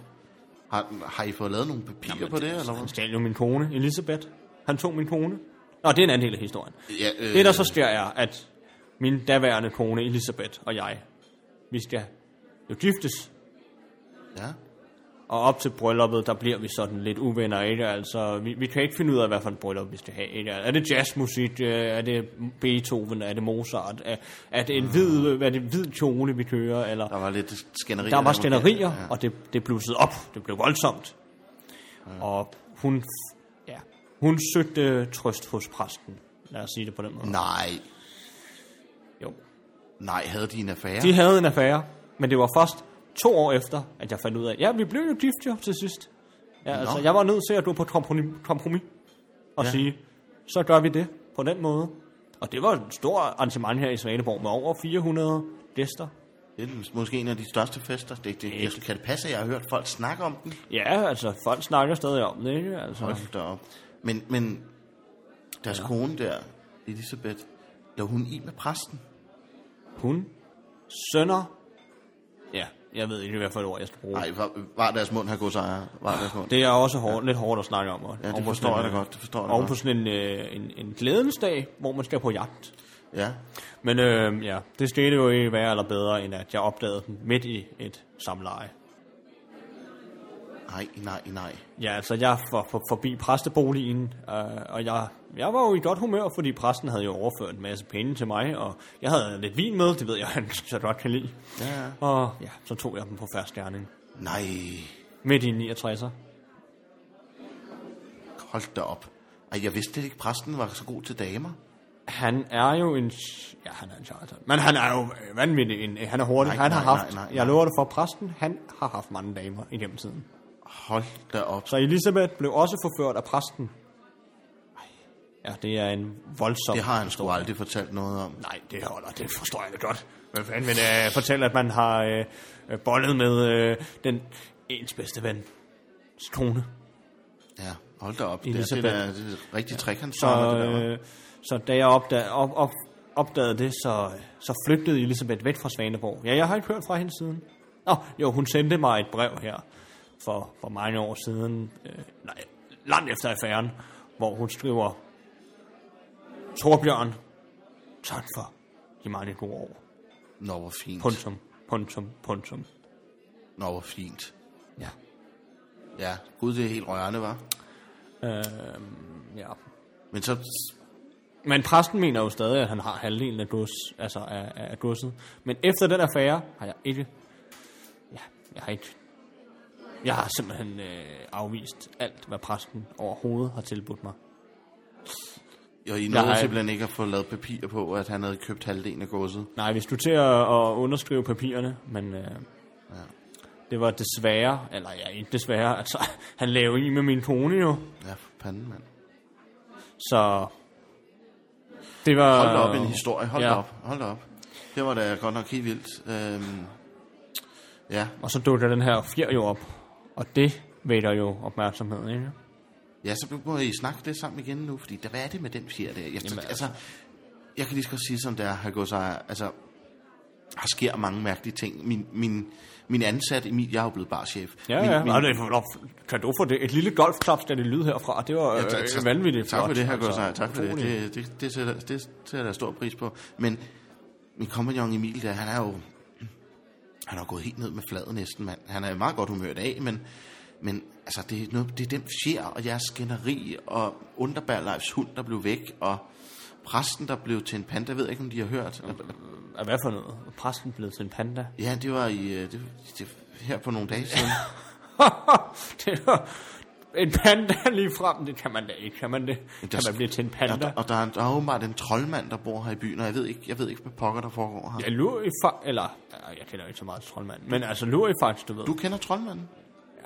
Speaker 3: Har, har I fået lavet nogle papirer på det, eller hvad?
Speaker 2: han stjal jo min kone, Elisabeth. Han tog min kone. Nå, det er en anden del af historien.
Speaker 3: Ja, øh,
Speaker 2: Det, der så sker, er, at min daværende kone, Elisabeth, og jeg, vi skal jo giftes
Speaker 3: Ja.
Speaker 2: Og op til brylluppet, der bliver vi sådan lidt uvenner, ikke? Altså, vi, vi kan ikke finde ud af, hvad for en bryllup vi skal have, ikke? Er det jazzmusik? Øh, Er det Beethoven? Er det Mozart? Er, er det en hvid, øh, er det en hvid kjole, vi kører? Eller,
Speaker 3: Mm. Der var lidt skænderier.
Speaker 2: der var
Speaker 3: måske.
Speaker 2: stænderier,
Speaker 3: Ja.
Speaker 2: og det, det blussede op. Det blev voldsomt. Og hun, ja, hun søgte trøst hos præsten. Lad os sige det på den måde.
Speaker 3: Nej,
Speaker 2: Jo.
Speaker 3: nej, havde de en affære?
Speaker 2: De havde en affære, men det var først to år efter, at jeg fandt ud af, ja, vi blev jo gift jo til sidst. Ja, altså, jeg var nødt til at gå på kompromis, kompromis og sige, så gør vi det. på den måde. Og det var et stort arrangement her i Svaneborg med over 400 gæster.
Speaker 3: Det er den- måske en af de største fester. Det, det, jeg, kan det passe, at jeg har hørt folk snakke om den?
Speaker 2: Ja, altså, folk snakker stadig om det, ikke? Altså,
Speaker 3: Hold da op. Men, men deres ja. kone der, Elisabeth, lå hun i med præsten?
Speaker 2: hun, sønner, ja, jeg ved ikke, hvad for et ord, jeg skal bruge.
Speaker 3: Nej, var, var deres mund her godsejer? Var deres mund?
Speaker 2: Ah, Det er også hårdt, lidt hårdt at snakke om. Og
Speaker 3: det
Speaker 2: oven på
Speaker 3: forstår
Speaker 2: sådan en,
Speaker 3: jeg da godt, det forstår jeg da
Speaker 2: Oven på
Speaker 3: godt.
Speaker 2: sådan en, øh, en, en glædens dag, hvor man skal på jagt.
Speaker 3: Ja.
Speaker 2: Men øh, ja, det skete jo ikke værre eller bedre, end at jeg opdagede den midt i et samleje.
Speaker 3: Nej, nej, nej.
Speaker 2: Ja, altså jeg var for, forbi præsteboligen, øh, og jeg, jeg var jo i godt humør, fordi præsten havde jo overført en masse penge til mig, og jeg havde lidt vin med, det ved jeg, han så godt kan lide.
Speaker 3: Ja.
Speaker 2: Og ja, så tog jeg dem på færre stjerning.
Speaker 3: Nej,
Speaker 2: Midt i en 69'er.
Speaker 3: hold da op. Ej, jeg vidste ikke, præsten var så god til damer.
Speaker 2: Han er jo en... Ja, han er en charlatan. Men han er jo øh, vanvittig. En, han er hurtig.
Speaker 3: Nej,
Speaker 2: han har
Speaker 3: nej,
Speaker 2: haft...
Speaker 3: nej, nej,
Speaker 2: Jeg
Speaker 3: nej.
Speaker 2: lover det for præsten. Han har haft mange damer igennem tiden.
Speaker 3: Hold da op.
Speaker 2: Så Elisabeth blev også forført af præsten. Ja, det er en voldsom...
Speaker 3: Det har han sgu aldrig fortalt noget om.
Speaker 2: Nej, det holder. Det forstår jeg da godt. Hvad fanden vil jeg fortælle, at man har øh, øh, bollet med øh, den ens bedste ven? kone.
Speaker 3: Ja, hold da op. Det er, det
Speaker 2: Elisabeth.
Speaker 3: er, det er rigtig
Speaker 2: Så,
Speaker 3: trekantsfarver, det der. hva'?
Speaker 2: øh, så da jeg opdagede, op, op, opdagede det, så, så flygtede Elisabeth væk fra Svaneborg. Ja, jeg har ikke hørt fra hende siden. Nå, jo, hun sendte mig et brev her for, for mange år siden, øh, nej, langt efter affæren, hvor hun skriver, Torbjørn, tak for de mange gode år. øh,
Speaker 3: Nå, hvor fint.
Speaker 2: Punktum, punktum, punktum.
Speaker 3: Nå, hvor fint.
Speaker 2: Ja.
Speaker 3: Ja, gud, det er helt rørende, var.
Speaker 2: Øh, ja.
Speaker 3: Men så,
Speaker 2: Men præsten mener jo stadig, at han har halvdelen af, gods, altså af, af af godset. Men efter den affære har jeg ikke... Ja, jeg har ikke... Jeg har simpelthen øh, afvist alt, hvad præsten overhovedet har tilbudt mig.
Speaker 3: og I
Speaker 2: Nej.
Speaker 3: nåede simpelthen ikke at få lavet papirer på, at han havde købt halvdelen af godset.
Speaker 2: Nej, vi skulle til at, at underskrive papirerne, men øh, ja. det var desværre, eller ja, ikke desværre, altså han lavede i med min kone jo,
Speaker 3: Ja, for panden, mand.
Speaker 2: så det var...
Speaker 3: Hold da op, en historie. Hold da
Speaker 2: Øh, ja.
Speaker 3: op, hold da op. Det var da godt nok helt vildt. Øhm, ja,
Speaker 2: Og så dukker den her fjer jo op, og det vækker jo opmærksomheden, ikke?
Speaker 3: Ja, så må I snakke det sammen igen nu, fordi der, hvad er det med den fjer der? Jeg, Jamen,
Speaker 2: Jamen,
Speaker 3: altså, jeg kan lige så godt sige, som det er, herr Godsejer, altså, der sker mange mærkelige ting. Min, min, min ansat, Emil, jeg er jo blevet barchef.
Speaker 2: Ja,
Speaker 3: min,
Speaker 2: ja.
Speaker 3: Min,
Speaker 2: Min... det er, kan du få det? Et lille golfklap skal det lyde herfra. Det var ja,
Speaker 3: tak-
Speaker 2: øh,
Speaker 3: tak-
Speaker 2: vanvittigt
Speaker 3: Tak for
Speaker 2: flot.
Speaker 3: det, herr Godsejer,
Speaker 2: Altså,
Speaker 3: tak for det.
Speaker 2: utroligt.
Speaker 3: Det, det, det, sætter, det sætter jeg stor pris på. Men min kompagnon Emil, der, han er jo han er jo gået helt ned med fladen næsten, mand. Han er i meget godt humør i dag, men, men altså, det, er noget, det er den fjer og jeres skænderi og Underberleifs hund, der blev væk, og præsten, der blev til en panda, ved jeg ikke, om de har hørt.
Speaker 2: Er hvad for noget? Er Præsten blev til en panda.
Speaker 3: Ja, det var i, øh, det, det, her på nogle dage siden.
Speaker 2: det var en panda lige frem. Det kan man da ikke. Kan man det? Kan man blive til en
Speaker 3: Og, der,
Speaker 2: panda?
Speaker 3: og der, er, der er åbenbart en troldmand, der bor her i byen, og jeg ved ikke, jeg ved ikke hvad pokker der foregår her.
Speaker 2: Jeg lurer i fa- eller, ah, jeg kender jo ikke så meget til troldmand, men altså lurer i faktisk, du ved.
Speaker 3: Du kender troldmanden?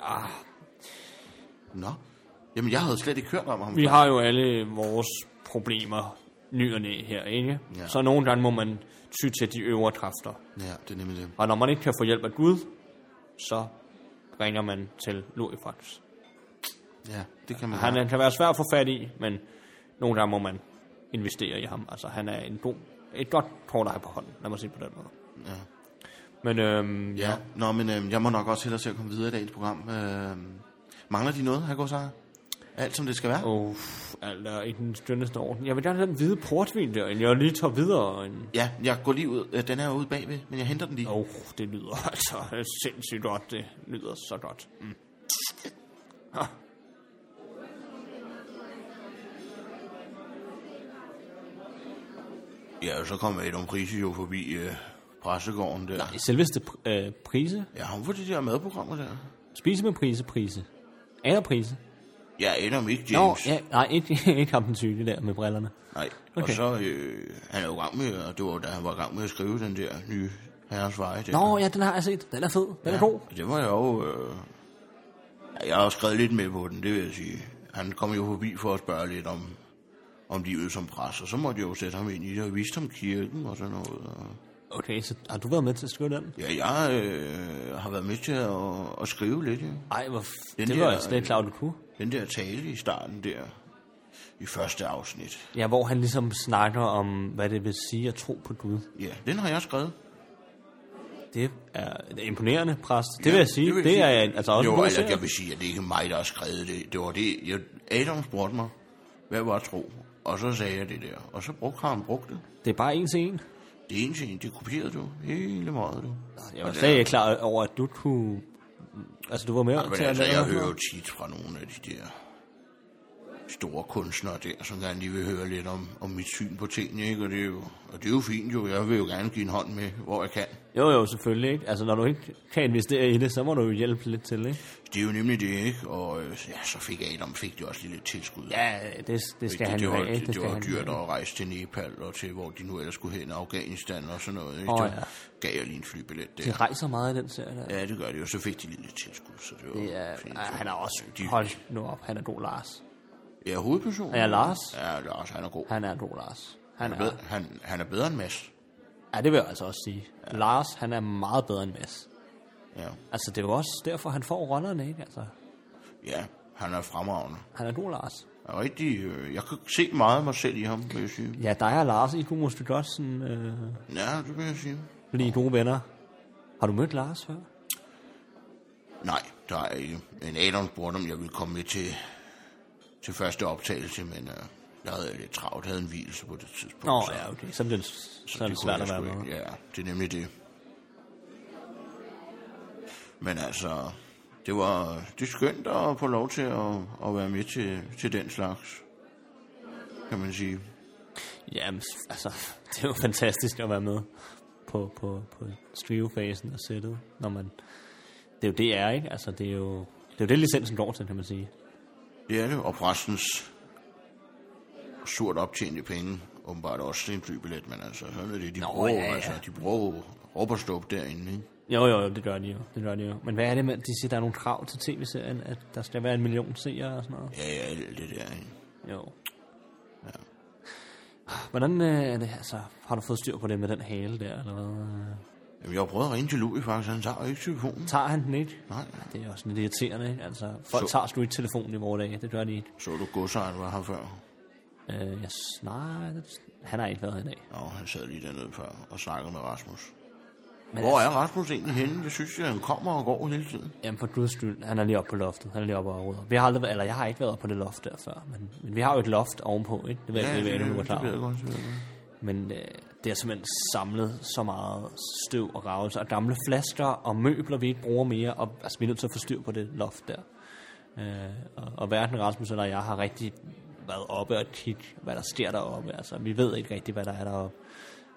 Speaker 2: Ah,
Speaker 3: Nå. Jamen, jeg havde slet ikke hørt om ham.
Speaker 2: vi
Speaker 3: før.
Speaker 2: har jo alle vores problemer ny og næ her, ikke?
Speaker 3: Ja.
Speaker 2: Så nogle gange må man ty til de øvre kræfter.
Speaker 3: Ja, det er nemlig det.
Speaker 2: Og når man ikke kan få hjælp af Gud, så ringer man til Lurifax.
Speaker 3: Ja, det kan man
Speaker 2: Han
Speaker 3: gøre.
Speaker 2: er, kan være svær at få fat i, men nogle gange må man investere i ham. Altså, han er en god, et godt kort ej på hånden, lad mig sige det på den måde.
Speaker 3: Ja.
Speaker 2: Men øhm, ja.
Speaker 3: Ja, nå, men øh, jeg må nok også hellere se at komme videre i dagens program. Øh, mangler de noget, her går så Alt som det skal være?
Speaker 2: Oh, alt er i den skønneste orden. Jeg vil gerne have den hvide portvin der, jeg lige tager videre. En...
Speaker 3: Ja, jeg går lige ud. Øh, den er ude bagved, men jeg henter den lige.
Speaker 2: Åh, oh, det lyder altså sindssygt godt. Det lyder så godt. Mm. Ah.
Speaker 8: Ja, så kom Adam Prise jo forbi øh, præstegården der. Nej.
Speaker 2: Selveste pr- øh, prise.
Speaker 8: Ja, hun var det der madprogrammer der.
Speaker 2: Spise med prise, prise. Æreprise.
Speaker 8: Ja, Adam ikke
Speaker 2: Nå,
Speaker 8: James.
Speaker 2: ja, nej, ikke, ikke ham den syge der med brillerne.
Speaker 8: Nej.
Speaker 2: Okay.
Speaker 8: Okay. Og så, øh, han er jo i gang med, og det var da han var i gang med at skrive den der nye herres veje der.
Speaker 2: Nå, ja, den har jeg set. Den er fed. Den er god.
Speaker 8: Det var jeg jo... Øh... ja, Jeg har skrevet lidt med på den, det vil jeg sige. Han kom jo forbi for at spørge lidt om,
Speaker 3: om livet som præst, og så måtte jeg jo sætte ham ind i det og viste ham kirken og sådan noget. Og
Speaker 2: Okay, så har du været med til at skrive den?
Speaker 3: ja, jeg øh, har været med til at, at skrive lidt, ja.
Speaker 2: Ej, hvor f-
Speaker 3: Den
Speaker 2: det var
Speaker 3: der-
Speaker 2: jeg slet ikke klar, over, du kunne.
Speaker 3: Den der tale i starten der, i første afsnit,
Speaker 2: Ja, hvor han ligesom snakker om, hvad det vil sige at tro på Gud.
Speaker 3: ja, den har jeg skrevet.
Speaker 2: Det er imponerende, præst. Det vil jeg sige. Det, er altså også en
Speaker 3: jo,
Speaker 2: god
Speaker 3: altså,
Speaker 2: serie.
Speaker 3: jeg vil sige, at det er ikke mig, der har skrevet det. Det var det, jeg, Adam spurgte mig, hvad var tro? Og så sagde jeg det der, og så brugte har han brugt det.
Speaker 2: Det er bare en til en.
Speaker 3: Det ene til en, det kopierede du hele meget, du.
Speaker 2: Jeg var
Speaker 3: Og
Speaker 2: slet ikke klar over, at du kunne... Altså, du var med
Speaker 3: Men
Speaker 2: til at
Speaker 3: altså,
Speaker 2: lave
Speaker 3: jeg
Speaker 2: det her.
Speaker 3: hører jo tit fra nogle af de der store kunstnere der, som gerne lige vil høre lidt om, om mit syn på tingene, ikke? Og det, er jo, og det er jo fint jo, jeg vil jo gerne give en hånd med, hvor jeg kan.
Speaker 2: Jo, jo, selvfølgelig. Ikke? Altså, når du ikke kan investere i det, så må du jo hjælpe lidt til, ikke?
Speaker 3: Det er jo nemlig det, ikke? Og øh, ja, så fik Adam fik det også lige lidt tilskud.
Speaker 2: Ja, det, det skal
Speaker 3: det,
Speaker 2: han
Speaker 3: det,
Speaker 2: jo
Speaker 3: var,
Speaker 2: have.
Speaker 3: det,
Speaker 2: ikke?
Speaker 3: det,
Speaker 2: skal
Speaker 3: var
Speaker 2: han
Speaker 3: dyrt
Speaker 2: have.
Speaker 3: at rejse til Nepal og til, hvor de nu ellers skulle hen, Afghanistan og sådan noget. Ikke?
Speaker 2: Åh,
Speaker 3: Så
Speaker 2: ja.
Speaker 3: gav jeg lige en flybillet der.
Speaker 2: De rejser meget i den serie der.
Speaker 3: Ja, det gør det jo. Så fik de lige lidt tilskud, så det var
Speaker 2: Ja,
Speaker 3: fint.
Speaker 2: ej, han er også...
Speaker 3: De,
Speaker 2: Hold nu op, han er god, Lars.
Speaker 3: ja, hovedpersonen.
Speaker 2: Ja, Lars.
Speaker 3: Ja, Lars, han er god. Han
Speaker 2: Han er god, Lars. Han
Speaker 3: er,
Speaker 2: er...
Speaker 3: bedre, han, han er bedre end Mads.
Speaker 2: Ja, det vil jeg altså også sige. Lars, han er meget bedre end Mads.
Speaker 3: Ja,
Speaker 2: Altså, det er jo også derfor, han får rollerne, ikke? Altså,
Speaker 3: ja han er fremragende.
Speaker 2: han er god, Lars.
Speaker 3: Han er rigtig, øh, jeg kan se meget af mig selv i ham, vil jeg sige.
Speaker 2: Ja, dig og Lars, I kunne måske godt sådan, øh,
Speaker 3: Ja, det vil jeg sige.
Speaker 2: blive gode venner. Har du mødt Lars før?
Speaker 3: Nej, der er ikke. Men Adam spurgte, om jeg ville komme med til, til første optagelse, men øh, jeg havde lidt travlt, havde en hvilelse på det tidspunkt.
Speaker 2: Nå,
Speaker 3: så-
Speaker 2: ja, okay. Så er det, så er
Speaker 3: Det
Speaker 2: det
Speaker 3: kunne
Speaker 2: svært at
Speaker 3: jeg
Speaker 2: være
Speaker 3: sgu
Speaker 2: med.
Speaker 3: ikke. Ja, det er nemlig det. Men altså, det var det er skønt at få lov til at, at være med til, til den slags, kan man sige.
Speaker 2: Jamen, altså, det er jo fantastisk at være med på, på, på streamfasen og sættet, når man... Det er jo det er, ikke? Altså, det er jo... Det er jo det, licensen går til, kan man sige.
Speaker 3: Det er det, og præstens surt optjente penge, åbenbart også til en flybillet, men altså, sådan er det, de Nå, bruger, ja, ja. altså, de bruger råberstup derinde, ikke?
Speaker 2: Jo, jo, jo, det gør de jo. Det gør de jo. Men hvad er det med, de siger, der er nogle krav til tv-serien, at der skal være en million seere og sådan noget?
Speaker 3: Ja, ja, alt det der, ikke?
Speaker 2: Jo. Ja. Hvordan øh, er det, altså, har du fået styr på det med den hale der, eller hvad? Øh,
Speaker 3: Jamen, jeg har prøvet at ringe til Louis, faktisk, han tager jo ikke telefonen.
Speaker 2: Tager han den ikke?
Speaker 3: Nej.
Speaker 2: Det er også lidt irriterende, ikke? Altså, folk
Speaker 3: Så-
Speaker 2: tager sgu ikke telefonen i vores dage, det gør de ikke.
Speaker 3: Så du godsejeren var her før?
Speaker 2: Øh, jeg snart... Han har ikke været her i dag.
Speaker 3: Nå, han sad lige dernede før og snakkede med Rasmus.
Speaker 2: Men altså-
Speaker 3: Hvor er Rasmus egentlig henne? Jeg synes, at han kommer og går hele tiden.
Speaker 2: Jamen for guds skyld, han er lige oppe på loftet. Han er lige oppe og rydder. Vi har aldrig, været- eller jeg har ikke været oppe på det loft der før, men, men vi har jo et loft ovenpå, ikke? Det ved jeg ikke, hvad du var klar
Speaker 3: det ved jeg
Speaker 2: over.
Speaker 3: godt. det ved jeg godt.
Speaker 2: Men øh, det er simpelthen samlet så meget støv og ravelse og gamle flasker og møbler, vi ikke bruger mere, og altså, vi er nødt til at få styr på det loft der. Øh, og, og hverken Rasmus eller jeg har rigtig været oppe og kigge, hvad der sker deroppe. Altså, vi ved ikke rigtig, hvad der er deroppe.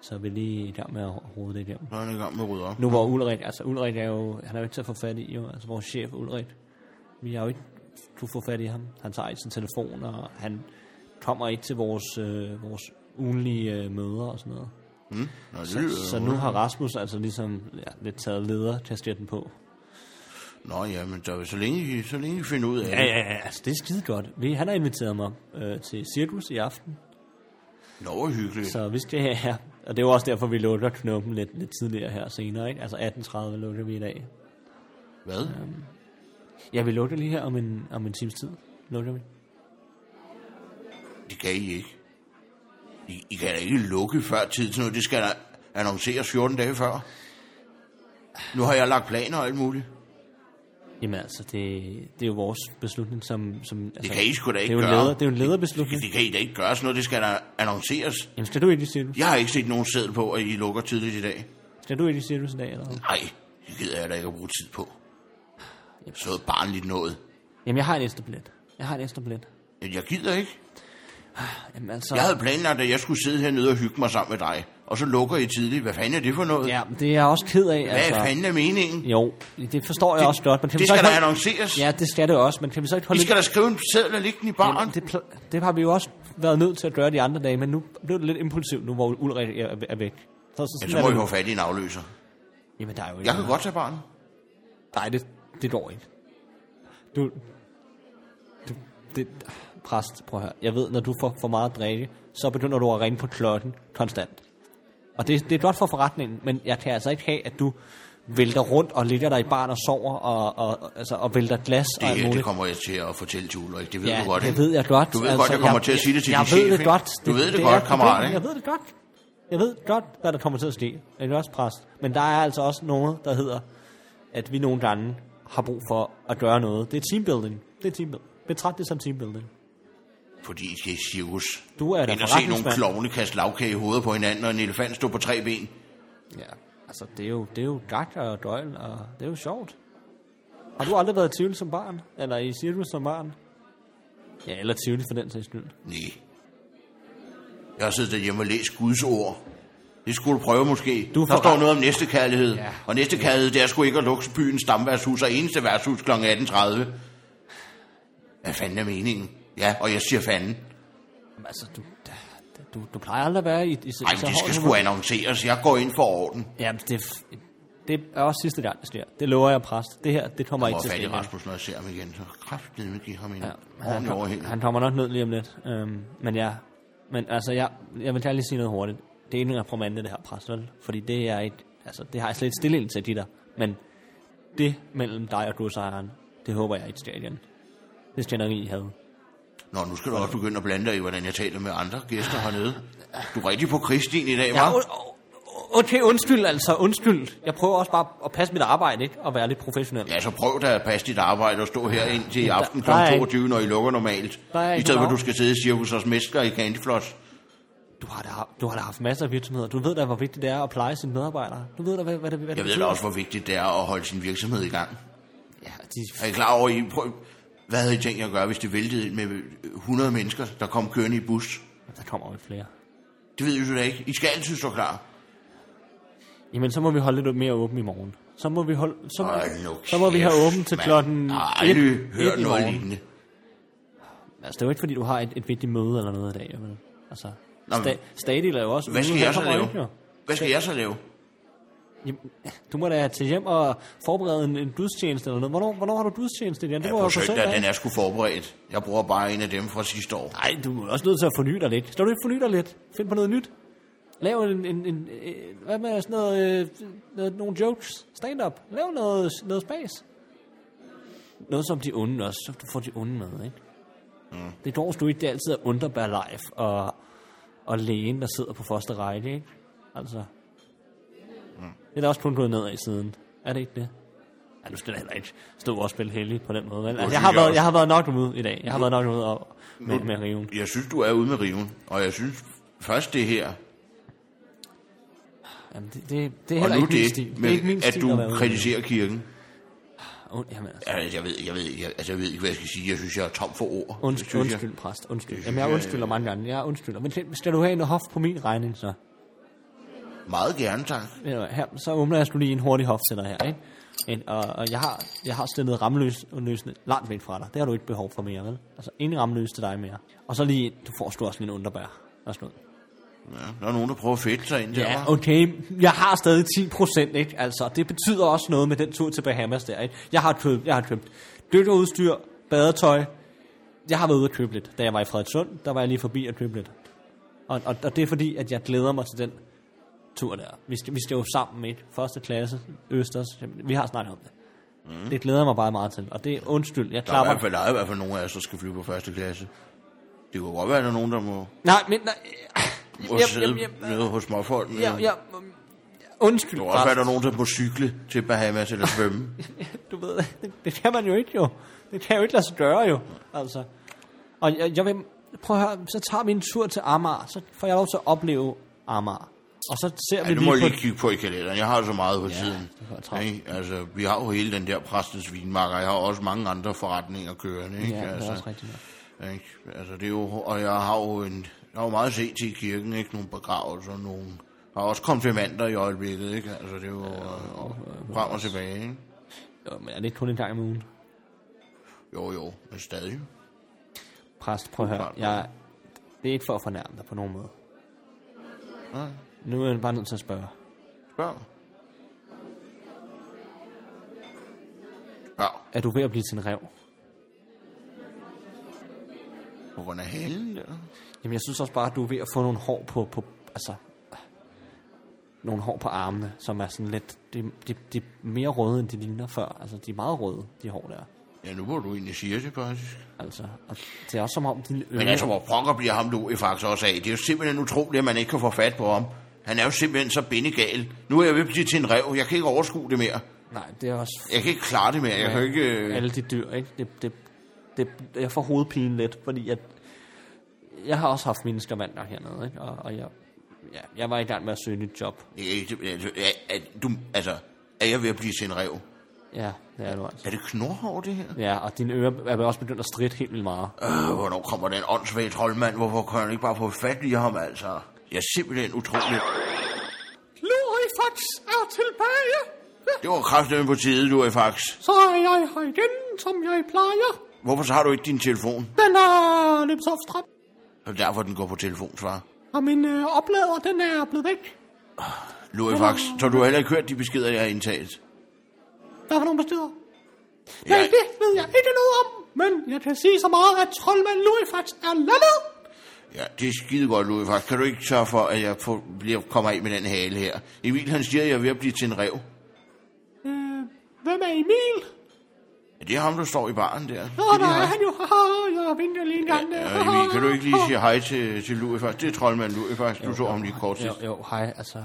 Speaker 2: Så vi er lige i gang med at rode det igennem.
Speaker 3: Så er han i gang med at rydde op.
Speaker 2: Nu hvor Ulrik, altså Ulrik er jo, han er jo ikke til at få fat i, jo. altså vores chef Ulrik. Vi har jo ikke kunne få fat i ham. Han tager ikke sin telefon, og han kommer ikke til vores, øh, vores ugenlige øh, møder og sådan noget.
Speaker 3: Nå, det lyder
Speaker 2: Så, så nu har Rasmus altså ligesom ja, lidt taget lederkastetten på.
Speaker 3: Nå ja, men der, så, længe, I- så længe I finder ud af det.
Speaker 2: ja, ja, altså det er skide godt. Vi, han har inviteret mig øh, til cirkus i aften,
Speaker 3: Nå, hvor hyggeligt.
Speaker 2: så vi skal her. Og det er jo også derfor, vi lukker knuppen lidt, lidt tidligere her senere, ikke? Altså 18.30 lukker vi i dag.
Speaker 3: Hvad?
Speaker 2: Ja, vi lukker lige her om en, om en times tid. Lukker vi.
Speaker 3: Det kan I ikke. I, I kan da ikke lukke før tid til noget. Det skal der annonceres 14 dage før. Nu har jeg lagt planer og alt muligt.
Speaker 2: Jamen altså, det, det er jo vores beslutning, som... som altså,
Speaker 3: Det kan I sgu da ikke
Speaker 2: det er jo en
Speaker 3: gøre.
Speaker 2: leder, Det er jo en lederbeslutning.
Speaker 3: Det kan I da ikke gøre sådan noget. Det skal der annonceres.
Speaker 2: Jamen, skal du ikke i cirkus?
Speaker 3: Jeg har ikke set nogen sædel på, at I lukker tidligt i dag.
Speaker 2: Skal du ikke i cirkus i dag, eller hvad?
Speaker 3: Nej, det gider jeg da ikke at bruge tid på. Så er barnligt noget.
Speaker 2: Jamen, jeg har en ekstra billet. Jeg har en ekstra billet.
Speaker 3: Men Jeg gider ikke.
Speaker 2: Jamen altså...
Speaker 3: Jeg havde planlagt, at jeg skulle sidde hernede og hygge mig sammen med dig. Og så lukker I tidligt. Hvad fanden er det for noget?
Speaker 2: Ja, det er jeg også ked af,
Speaker 3: Hvad
Speaker 2: altså.
Speaker 3: fanden er meningen?
Speaker 2: Jo, det forstår jeg også godt, men kan vi
Speaker 3: Det
Speaker 2: så
Speaker 3: skal da
Speaker 2: ikke holde...
Speaker 3: annonceres.
Speaker 2: Ja, det skal det også, men kan vi så ikke holde...
Speaker 3: I skal da skrive en seddel og lægge den i baren.
Speaker 2: Jamen, det, pl- det har vi jo også været nødt til at gøre de andre dage, men nu blev det lidt impulsivt, nu hvor Ulrik er, er væk. Så, så,
Speaker 3: Ja,
Speaker 2: sådan
Speaker 3: så
Speaker 2: er
Speaker 3: må I
Speaker 2: det nu.
Speaker 3: få fat i en afløser.
Speaker 2: Jamen, der er jo ikke
Speaker 3: Jeg kan
Speaker 2: noget.
Speaker 3: godt tage barnet.
Speaker 2: Nej, det, det går ikke. Du, du, det, præst, prøv at høre. Jeg ved, når du får for meget at drikke, så begynder du at ringe på klokken konstant. Og det, det er godt for forretningen, men jeg kan altså ikke have, at du vælter rundt og ligger der i barn og sover og, og, og- altså, og vælter glas og alt
Speaker 3: Det,
Speaker 2: muligt.
Speaker 3: det kommer jeg til at fortælle til Ulrik. Det ved
Speaker 2: ja,
Speaker 3: du godt,
Speaker 2: det
Speaker 3: ikke?
Speaker 2: ved jeg godt. Altså,
Speaker 3: Du ved godt, jeg kommer til at sige det til
Speaker 2: jeg,
Speaker 3: din
Speaker 2: jeg ved
Speaker 3: chef,
Speaker 2: det
Speaker 3: ikke?
Speaker 2: godt.
Speaker 3: Du ved det godt,
Speaker 2: er et problem.
Speaker 3: kammerat, ikke?
Speaker 2: Jeg ved det godt. Jeg ved godt, hvad der kommer til at ske. Ikke også, præst? Men der er altså også noget, der hedder, at vi nogle gange har brug for at gøre noget. Det er teambuilding. Det er teambuilding. Betræt det som teambuilding.
Speaker 3: Fordi det er cirkus.
Speaker 2: Du er da
Speaker 3: End at se nogle
Speaker 2: forretningsmand.
Speaker 3: klovne kaste lavkage i hovedet på hinanden, og en elefant stå på tre ben.
Speaker 2: Ja, altså det er jo, det er jo gak og døgn, og det er jo sjovt. Har du aldrig været i Tivoli som barn? Eller i cirkus som barn? Ja, eller Tivoli for den sags skyld.
Speaker 3: Nej. Jeg har siddet derhjemme og læst Guds ord. Det skulle du prøve måske.
Speaker 2: Du
Speaker 3: Du
Speaker 2: er
Speaker 3: der
Speaker 2: forret-
Speaker 3: står noget om næste kærlighed.
Speaker 2: Ja.
Speaker 3: Ja. Og næste kærlighed, det er sgu ikke at lukke byens stamværtshus og eneste værtshus kl. 18.30. Hvad fanden er meningen? Ja, og jeg siger fanden.
Speaker 2: Jamen, altså, du, du, du plejer aldrig at være i... i
Speaker 3: Nej, det skal sgu annonceres. Jeg går ind for orden.
Speaker 2: Jamen, det, det er også sidste gang, det sker. Det lover jeg, præst. Det her, det kommer
Speaker 3: Og
Speaker 2: ikke til at
Speaker 3: fat i
Speaker 2: ske.
Speaker 3: Rasmus, når jeg ser ham igen. Så kraftedeme giver ham en
Speaker 2: Ja,
Speaker 3: ja,
Speaker 2: han,
Speaker 3: ordentlig
Speaker 2: kom,
Speaker 3: overhæng.
Speaker 2: han kommer nok ned lige om lidt. Øhm, men ja, men altså, jeg, jeg vil gerne lige sige noget hurtigt. Det er ikke en reprimande, det her pres, vel? Fordi det er ikke, altså, det har jeg slet ikke stillet til, de der. Men det mellem dig og godsejeren, det håber jeg ikke sker igen. Det skal jeg nok i havde.
Speaker 3: Nå, nu skal du også begynde at blande dig i, hvordan jeg taler med andre gæster hernede. Du er rigtig på Kristin i dag, hva'?
Speaker 2: Ja, o- o- okay, undskyld altså, undskyld. Jeg prøver også bare at passe mit arbejde, ikke? Og være lidt professionel.
Speaker 3: Ja, så prøv da at passe dit arbejde og stå her indtil i aften kl.
Speaker 2: der er ikke-
Speaker 3: 22, når I lukker normalt.
Speaker 2: Der er
Speaker 3: I
Speaker 2: ikke
Speaker 3: stedet for, at
Speaker 2: nogen-
Speaker 3: du skal sidde i cirkus og mester i Candyfloss.
Speaker 2: Du har, da, du har da haft masser af virksomheder. Du ved da, hvor vigtigt det er at pleje sine medarbejdere. Du ved da, hvad, hvad det, hvad det
Speaker 3: Jeg ved da
Speaker 2: betyder.
Speaker 3: også, hvor vigtigt det er at holde sin virksomhed i gang.
Speaker 2: Ja,
Speaker 3: Er
Speaker 2: de,
Speaker 3: I klar over, I prøv... hvad havde I tænkt jer at gøre, hvis det væltede med 100 mennesker, der kom kørende i bus?
Speaker 2: der kommer jo ikke flere.
Speaker 3: Det ved I jo da ikke. I skal altid stå klar.
Speaker 2: Jamen, så må vi holde lidt mere åbent i morgen. Så må vi, holde, så, må,
Speaker 3: Ej, nu
Speaker 2: så må vi have
Speaker 3: kæft,
Speaker 2: åbent til
Speaker 3: mand.
Speaker 2: klokken
Speaker 3: Jeg har
Speaker 2: et,
Speaker 3: aldrig hørt
Speaker 2: et i
Speaker 3: noget
Speaker 2: morgen.
Speaker 3: lignende.
Speaker 2: Altså, det er jo ikke, fordi du har et, et vigtigt møde eller noget i dag. Vel? Altså,
Speaker 3: Nå, men-
Speaker 2: sta, Stadil er jo også...
Speaker 3: Hvad skal
Speaker 2: ude,
Speaker 3: jeg så
Speaker 2: han kommer
Speaker 3: lave?
Speaker 2: ikke, jo.
Speaker 3: Hvad skal jeg så lave?
Speaker 2: Jamen, du må da tage hjem og forberede en, en gudstjeneste eller noget. Hvornår, hvornår har du gudstjeneste igen? Det
Speaker 3: Jeg
Speaker 2: må jo være på
Speaker 3: forsøgte,
Speaker 2: søndag.
Speaker 3: at den er sgu forberedt. Jeg bruger bare en af dem fra sidste år.
Speaker 2: Nej, du er også nødt til at forny dig lidt. Skal du ikke forny dig lidt? Find på noget nyt. Lav en, en, en, en hvad med sådan noget, øh, noget, nogle jokes, stand-up. Lav noget, noget space. Noget som de onde også, så du får de onde med, ikke? Mm. Det går du ikke, det er altid at underbær live og, og lægen, der sidder på første række, ikke? Altså. Mm.
Speaker 3: Mm.
Speaker 2: Det er da også kun gået nedad i siden. Er det ikke det? Ja, du skal da heller ikke stå og spille heldig på den måde. Men, altså, jeg,
Speaker 3: synes
Speaker 2: har
Speaker 3: jeg
Speaker 2: været,
Speaker 3: også.
Speaker 2: jeg har været nok ude i dag. Jeg har været nok ude og, med, med riven.
Speaker 3: Jeg synes, du er ude med riven. Og jeg synes først det her,
Speaker 2: Jamen, det, det, det er
Speaker 3: og
Speaker 2: heller
Speaker 3: nu
Speaker 2: ikke min
Speaker 3: det,
Speaker 2: stil. Det
Speaker 3: men
Speaker 2: er ikke min
Speaker 3: at
Speaker 2: stil
Speaker 3: du
Speaker 2: være ude.
Speaker 3: kritiserer kirken.
Speaker 2: Und, jamen, altså,
Speaker 3: Altså, jeg ved, jeg ved, jeg, altså, jeg ved ikke, hvad jeg skal sige. Jeg synes, jeg er tom for ord. Det
Speaker 2: undskyld,
Speaker 3: synes
Speaker 2: undskyld, præst, undskyld. Jamen, jeg undskylder mange gange. Jeg undskylder. Men skal- skal du have en hof på min regning, så?
Speaker 3: Jeg. Meget gerne, tak.
Speaker 2: Ved du hvad, Her, så åbner jeg skulle lige en hurtig hof til dig her, ikke? En, og, og jeg har, jeg har stillet rammeløsende langt væk fra dig. Det har du ikke behov for mere, vel? Altså, en rammeløs til dig mere. Og så lige, du får sgu også lige en underbær. Og sådan noget.
Speaker 3: Ja, der er nogen, der prøver at fedte sig ind der.
Speaker 2: Ja, okay. Jeg har stadig 10 procent, ikke? Altså, det betyder også noget med den tur til Bahamas der, ikke? Jeg har købt, jeg har købt dykkerudstyr, badetøj. Jeg har været ude at købe lidt. Da jeg var i Frederikssund, der var jeg lige forbi at købe lidt. Og, og, og det er fordi, at jeg glæder mig til den tur der. Vi skal, vi skal jo sammen med første klasse, Østers. Jamen, Vi har snakket om det. Mm. Det glæder jeg mig bare meget til. Og det er undskyld, jeg
Speaker 3: der, er i
Speaker 2: klapper.
Speaker 3: hvert fald, der er i hvert fald nogen af os, der skal flyve på første klasse. Det kunne godt være, at der er nogen, der må,
Speaker 2: Nej, men... Nej.
Speaker 3: må sidde nede hos småfolkene.
Speaker 2: ja, ja, undskyld.
Speaker 3: Det kunne også være,
Speaker 2: Rasmus.
Speaker 3: at der er nogen, der må cykle til Bahamas eller svømme.
Speaker 2: du ved, det, det kan man jo ikke jo. Det kan jo ikke lade sig gøre jo, altså. Og jeg, jeg vil, prøv at høre, så tager vi en tur til Amager, så får jeg lov til at opleve Amager. Og så ser
Speaker 3: Ja,
Speaker 2: vi
Speaker 3: nu må jeg
Speaker 2: lige på...
Speaker 3: lige kigge på i kalenderen. Jeg har så meget på ja, tiden.
Speaker 2: du har travlt.
Speaker 3: Ikke? Altså, vi har jo hele den der præstens vinmarker. Jeg har også mange andre forretninger kørende. Ikke?
Speaker 2: Ja, det
Speaker 3: altså,
Speaker 2: er også rigtigt. nok.
Speaker 3: Ikke? Altså, det er jo, og jeg har jo en, der er jo meget at se til i kirken, ikke? Nogle begravelser, nogle... Der er også konfirmander i øjeblikket, ikke? Altså, det er jo øh, og, frem og tilbage, ikke?
Speaker 2: Jo, men er det ikke kun en gang om ugen?
Speaker 3: Jo, jo, men stadig.
Speaker 2: Præst, prøv at høre.
Speaker 3: Uklart,
Speaker 2: Jeg, det er ikke for at fornærme dig på nogen måde.
Speaker 3: Nej.
Speaker 2: Nu er jeg bare nødt til at spørge.
Speaker 3: Spørg. Spørg.
Speaker 2: Er du ved at blive til en rev?
Speaker 3: På grund af halen der.
Speaker 2: Jamen, jeg synes også bare, at du er ved at få nogle hår på, på altså, nogle hår på armene, som er sådan lidt, de, de, de er mere røde, end de ligner før. Altså, de er meget røde, de hår der.
Speaker 3: Ja, nu hvor du egentlig siger det, faktisk.
Speaker 2: Altså, og det er også som om, dine
Speaker 3: Men
Speaker 2: øjne...
Speaker 3: altså, hvor pokker bliver ham du faktisk også af? Det er jo simpelthen utroligt, at man ikke kan få fat på ham. Han er jo simpelthen så bindegal. Nu er jeg ved at blive til en rev. Jeg kan ikke overskue det mere.
Speaker 2: Nej, det er også...
Speaker 3: Jeg kan ikke klare det mere. Jeg kan ikke... øh,
Speaker 2: Alle de dyr, ikke? Det, det, det, jeg får hovedpine lidt, fordi jeg, jeg har også haft mine skavanter hernede, ikke? Og, og jeg, ja, jeg var i gang med at søge et nyt job.
Speaker 3: Jeg kan ikke- altså, Er, er, du, altså, er jeg ved at blive til en rev?
Speaker 2: Ja, det er du altså.
Speaker 3: Er det knorhår, det her?
Speaker 2: Ja, og dine ører er også begyndt at stride helt vildt meget.
Speaker 3: Øh, hvornår kommer den åndssvage troldmand? Hvorfor kan han ikke bare få fat i ham, altså? Jeg er simpelthen utrolig.
Speaker 9: Lurifax er tilbage,
Speaker 3: Det var kraften på tide, du er faktisk.
Speaker 9: så er jeg her igen, som jeg plejer.
Speaker 3: Hvorfor så har du ikke din telefon?
Speaker 9: Den er løbet så strøm,
Speaker 3: Det er derfor, den går på telefonsvar.
Speaker 9: og min øh, oplader den er blevet væk.
Speaker 3: Lurifax, så du har heller ikke hørt de beskeder, jeg har indtalt.
Speaker 9: Hvad for nogle beskeder? Ja.
Speaker 3: Jeg,
Speaker 9: det ved jeg ikke noget om, men jeg kan sige så meget, at troldmand Lurifax er landet.
Speaker 3: ja, det er skide godt, Lurifax. Kan du ikke sørge for, at jeg får, bliver, kommer af med den hale her? Emil, han siger, at jeg er ved at blive til en rev.
Speaker 9: Øh, hvem er Emil?
Speaker 3: Ja, det er ham, der står i baren der.
Speaker 9: Nå, der er han jo. Haha, jeg vinker lige en gang. øh, der.
Speaker 3: Ja, Emil, kan du ikke lige sige hej til, til Lurifax? Det er troldmand Lurifax. Du så ham lige kort
Speaker 2: Jo,
Speaker 3: sidst.
Speaker 2: jo, hej, altså, øh,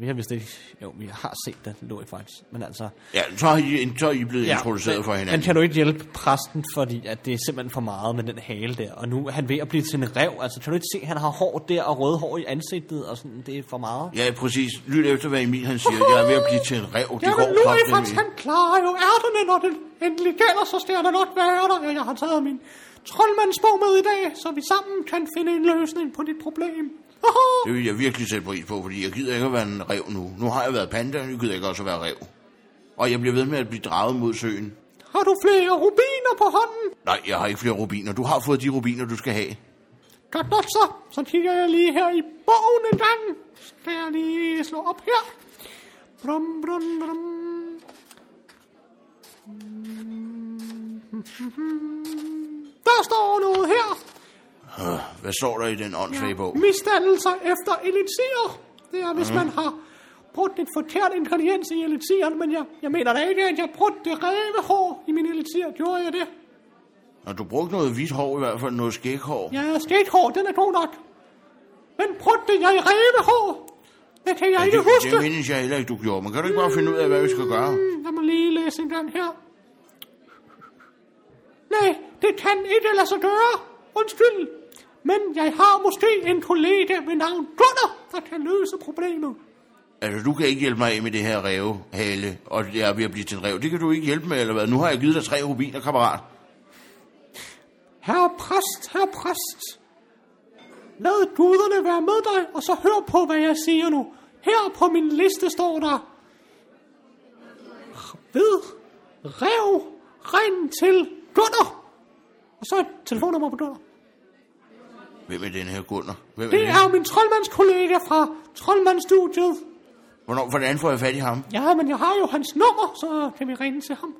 Speaker 2: vi har vist ikke, jo, vi har set det, lå i faktisk, men altså...
Speaker 3: Ja, så er I, så er I blevet introduceret
Speaker 2: men,
Speaker 3: for hinanden.
Speaker 2: Men kan du ikke hjælpe præsten, fordi at det er simpelthen for meget med den hale der, og nu er han ved at blive til en rev, altså kan du ikke se, at han har hår der og røde hår i ansigtet, og sådan, det er for meget?
Speaker 3: Ja, præcis. Lyt efter, hvad Emil han siger. Jeg er ved at blive til en rev. Det
Speaker 9: Jamen,
Speaker 3: går
Speaker 9: Lurifax,
Speaker 3: kraftigt
Speaker 9: han klarer jo ærterne, når det endelig gælder, så skal der nok være ærter. Jeg har taget min troldmandsbog med i dag, så vi sammen kan finde en løsning på dit problem. Haha.
Speaker 3: Det vil jeg virkelig sætte pris på, fordi jeg gider ikke at være en rev nu. Nu har jeg været panda, nu gider jeg også at være rev. Og jeg bliver ved med at blive draget mod søen.
Speaker 9: Har du flere rubiner på hånden?
Speaker 3: Nej, jeg har ikke flere rubiner. Du har fået de rubiner, du skal have.
Speaker 9: Godt nok så. Så kigger jeg lige her i bogen en gang. Skal jeg lige slå op her? Brum, brum, brum. Der står noget her.
Speaker 3: Hvad står der i den åndssvage bog?
Speaker 9: Misdannelser efter elixir. Det er, hvis mm. man har brugt et forkert ingrediens i elixiren, men jeg, jeg mener da ikke, at jeg brugte rævehår i min elixir. Gjorde jeg det?
Speaker 3: Og du brugte noget hvidt hår, i hvert fald noget skæghår.
Speaker 9: Ja, skæghår, den er god nok. Men brugte jeg rævehår? Det kan jeg ikke
Speaker 3: det,
Speaker 9: huske.
Speaker 3: det mindes jeg heller ikke, du gjorde. Men kan du ikke bare finde ud af, hvad vi skal gøre?
Speaker 9: Mm, Lad mig lige læse en gang her. Nej, det kan ikke lade sig gøre. Undskyld. Men jeg har måske en kollega ved navn Gunnar, der kan løse problemet.
Speaker 3: Altså, du kan ikke hjælpe mig af med det her ræve, hale, og jeg er ved at blive til en rev. Det kan du ikke hjælpe med, eller hvad? Nu har jeg givet dig tre rubiner, kammerat.
Speaker 9: Herre præst, herre præst. Lad guderne være med dig, og så hør på, hvad jeg siger nu. Her på min liste står der... Ved, rev, ren til Gunnar. Og så et telefonnummer på Gunnar.
Speaker 3: Hvem er den her Gunnar? Hvem er
Speaker 9: Det
Speaker 3: det?
Speaker 9: er jo min troldmandskollega fra Troldmandsstudiet.
Speaker 3: Hvornår, hvordan får jeg fat i ham?
Speaker 9: Ja, men jeg har jo hans nummer, så kan vi ringe til ham.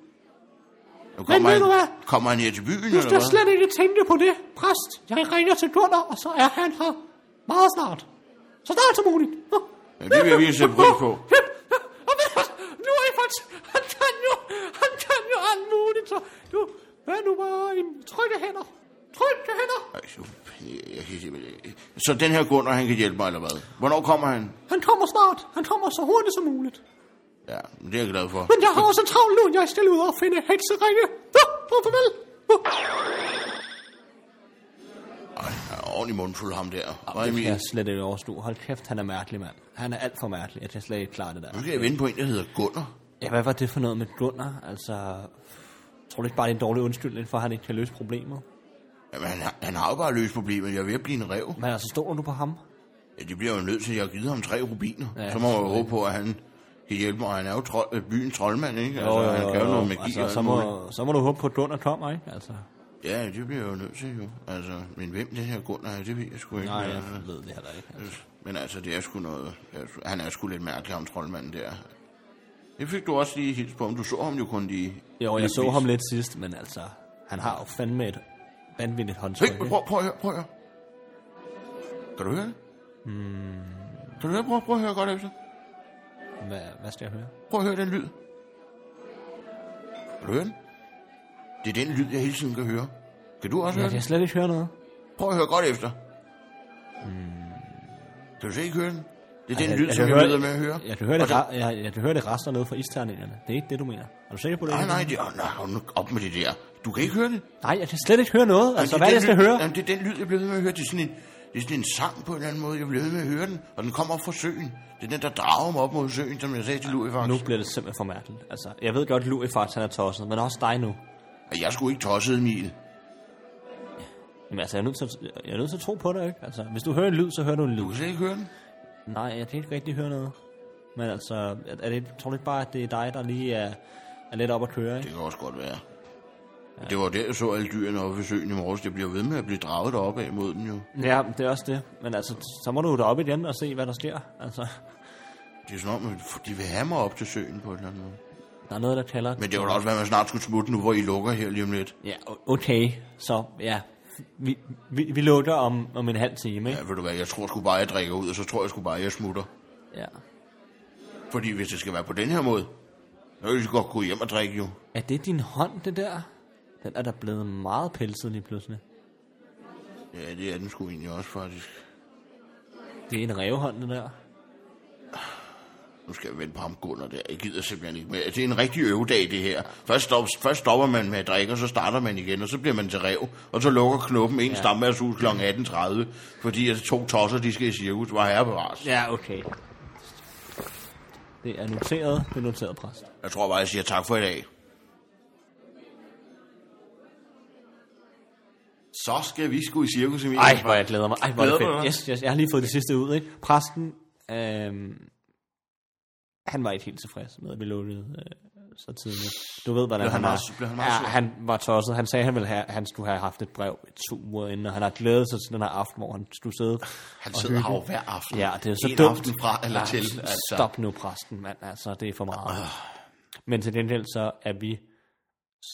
Speaker 3: Nu kommer,
Speaker 9: ved du
Speaker 3: han,
Speaker 9: hvad?
Speaker 3: kommer han her til byen,
Speaker 9: Du
Speaker 3: eller
Speaker 9: skal
Speaker 3: hvad?
Speaker 9: slet ikke tænke på det, præst. Jeg ringer til Gunnar, og så er han her meget snart. Så snart som muligt. Nå.
Speaker 3: Ja, det vil jeg virkelig sætte pris på.
Speaker 9: Og hvad? Nu er jeg faktisk... Han kan jo... Han kan jo alt muligt, så... Du... Hvad nu var... Trygge hænder. Trygge hænder.
Speaker 3: Ej, så, jeg kan simpelthen ikke- så den her Gunnar, han kan hjælpe mig, eller hvad? Hvornår kommer han?
Speaker 9: Han kommer snart. Han kommer så hurtigt som muligt.
Speaker 3: Ja, men det er jeg glad for.
Speaker 9: Men jeg har også travlt nu. Jeg skal ud og finde hekseringe. Nå, nå, farvel. Nå.
Speaker 3: Ej, han er ordentlig mundfuld, ham der. Ej,
Speaker 2: Det kan
Speaker 3: Emil,
Speaker 2: jeg slet ikke overskue. Hold kæft, han er mærkelig, mand. Han er alt for mærkelig. Jeg kan slet ikke klare det der.
Speaker 3: nu skal jeg vende på en, der hedder Gunnar.
Speaker 2: Ja, hvad var det for noget med Gunnar? Altså, tror du ikke bare, det er en dårlig undskyldning for, at han ikke kan løse problemet?
Speaker 3: Jamen, han, har- han har jo bare løst problemet. Jeg er ved at blive en rev.
Speaker 2: Men altså, stoler du på ham?
Speaker 3: Ja, det bliver jo nødt til, at jeg har givet ham tre rubiner.
Speaker 2: Ja,
Speaker 3: Ja, så må jeg jo håbe på, at han kan hjælpe mig. Han er jo trold, øh, byens troldmand, ikke? Altså,
Speaker 2: Jo, jo,
Speaker 3: han
Speaker 2: jo,
Speaker 3: kan jo
Speaker 2: jo.
Speaker 3: noget magi og
Speaker 2: altså, så,
Speaker 3: alt muligt.
Speaker 2: må, så må du håbe på, at Gunnar kommer, ikke? Altså,
Speaker 3: Ja, det bliver jeg jo nødt til, jo. Altså, men hvem den her Gunnar er, det ved jeg sgu ikke.
Speaker 2: nej, jeg
Speaker 3: altså.
Speaker 2: ved det heller ikke. Altså.
Speaker 3: Men altså, det er sgu noget... det er sgu- Han er sgu lidt mærkelig, ham troldmanden der. Det fik du også lige hils på, om du så ham jo kun lige...
Speaker 2: Jo, jeg så
Speaker 3: lige-
Speaker 2: ham lidt sidst, men altså, han har jo fandme et vanvittigt håndtryk.
Speaker 3: Hey, prøv, prøv at høre, prøv at høre. Kan du høre det?
Speaker 2: Hmm.
Speaker 3: Mm. Kan du høre, prøv, prøv at høre godt efter.
Speaker 2: ikke? Hvad, hvad skal jeg høre?
Speaker 3: Prøv at høre den lyd. Kan du høre den? Det er den lyd, jeg hele tiden kan høre. Kan du også
Speaker 2: Jeg
Speaker 3: høre den?
Speaker 2: kan slet ikke høre noget.
Speaker 3: Prøv at høre godt efter. Kan du slet ikke høre den? Det er den
Speaker 2: Altså, jeg-
Speaker 3: lyd,
Speaker 2: jeg
Speaker 3: som
Speaker 2: kan
Speaker 3: jeg
Speaker 2: høre-
Speaker 3: lyder med at høre.
Speaker 2: Jeg kan høre det,
Speaker 3: Og der-
Speaker 2: ra- jeg, jeg kan høre det rester noget fra isterningerne. Det er ikke det, du mener. Er du sikker på det?
Speaker 3: Nej, nej, det, oh, nej, hold nu op med det der. Du kan ikke høre det.
Speaker 2: Nej, jeg kan slet ikke høre noget. Altså,
Speaker 3: Jamen,
Speaker 2: hvad er det,
Speaker 3: den
Speaker 2: jeg skal
Speaker 3: lyd-
Speaker 2: høre?
Speaker 3: Jamen, det er den lyd, jeg bliver ved med at høre. Det er sådan en, det er sådan en sang på en eller anden måde. Jeg bliver ved med at høre den, og den kommer fra søen. Det er den, der drager mig op mod søen, som jeg sagde til Louis
Speaker 2: Nu
Speaker 3: faktisk.
Speaker 2: bliver det simpelthen for mærkeligt. Altså, jeg ved godt, Louis faktisk han er tosset, men også dig nu.
Speaker 3: Og Jeg skulle ikke tosset, Emil.
Speaker 2: Jamen, altså, jeg er nødt til at, jeg er nødt til at tro på dig, ikke? Altså, hvis du hører en lyd, så hører du
Speaker 3: Du
Speaker 2: en lyd.
Speaker 3: kan slet ikke høre den.
Speaker 2: Nej, jeg kan ikke rigtig høre noget. Men altså, er er det, tror du ikke bare, at det er dig, der lige er, er lidt op at køre,
Speaker 3: Det
Speaker 2: ikke?
Speaker 3: kan også godt være. Ja. Det var der, jeg så alle dyrene oppe ved søen i morges. Det bliver ved med at blive draget deroppe af mod dem jo.
Speaker 2: Ja, det er også det. Men altså, så må du deroppe igen og se, hvad der sker. Altså,
Speaker 3: Det er som om, at de vil have mig op til søen på en eller anden måde.
Speaker 2: der er noget, der kalder...
Speaker 3: Men det var da også, hvad man snart skulle smutte nu, hvor I lukker her lige om lidt.
Speaker 2: Ja, o- okay. Så, ja. Vi, vi, vi lukker om, om en halv time,
Speaker 3: Ja,
Speaker 2: ikke?
Speaker 3: ved du hvad, jeg tror sgu bare, jeg drikker ud, og så tror jeg sgu bare, jeg smutter.
Speaker 2: Ja.
Speaker 3: Fordi hvis det skal være på den her måde, så kan jeg lige så godt gå hjem og drikke jo.
Speaker 2: Er det din hånd, det der? Den er da blevet meget pelset lige pludselig.
Speaker 3: Ja, det er den sgu egentlig også faktisk.
Speaker 2: Det er en revhånd, det der.
Speaker 3: Nu skal jeg vente på ham Gunnar der. Jeg gider simpelthen ikke mere. Det er en rigtig øvedag, det her. Først, stop, først stopper man med at drikke, og så starter man igen, og så bliver man til rev. Og så lukker knoppen en ja. stammeværshus kl. 18.30, fordi at to tosser, de skal i cirkus, var herre bevares.
Speaker 2: Ja, okay. Det er noteret. Det er noteret, præst.
Speaker 3: Jeg tror bare, jeg siger tak for i dag. Så skal vi sgu i cirkus, Emil.
Speaker 2: Ej, hvor jeg glæder mig. Ej, hvor er det
Speaker 3: Glæder du
Speaker 2: fedt.
Speaker 3: dig?
Speaker 2: Yes, yes, jeg har lige fået det sidste ud, ikke? Præsten, øhm, han var ikke helt tilfreds med, at vi lukkede øh, så tidligt. Du ved, hvordan han,
Speaker 3: han
Speaker 2: var.
Speaker 3: meget- blev han meget
Speaker 2: ja,
Speaker 3: sur?
Speaker 2: han var tosset. Han sagde, han, ville have, han skulle have haft et brev to uger inden, og han har glædet sig til den her aften, hvor han skulle sidde.
Speaker 3: Han
Speaker 2: og
Speaker 3: sidder
Speaker 2: hygge.
Speaker 3: her jo hver aften.
Speaker 2: Ja, det er så
Speaker 3: en
Speaker 2: dumt.
Speaker 3: aften fra eller
Speaker 2: ja,
Speaker 3: til. Ah.
Speaker 2: Altså. Stop nu, præsten, mand. Altså, det er for meget. Men til gengæld så er vi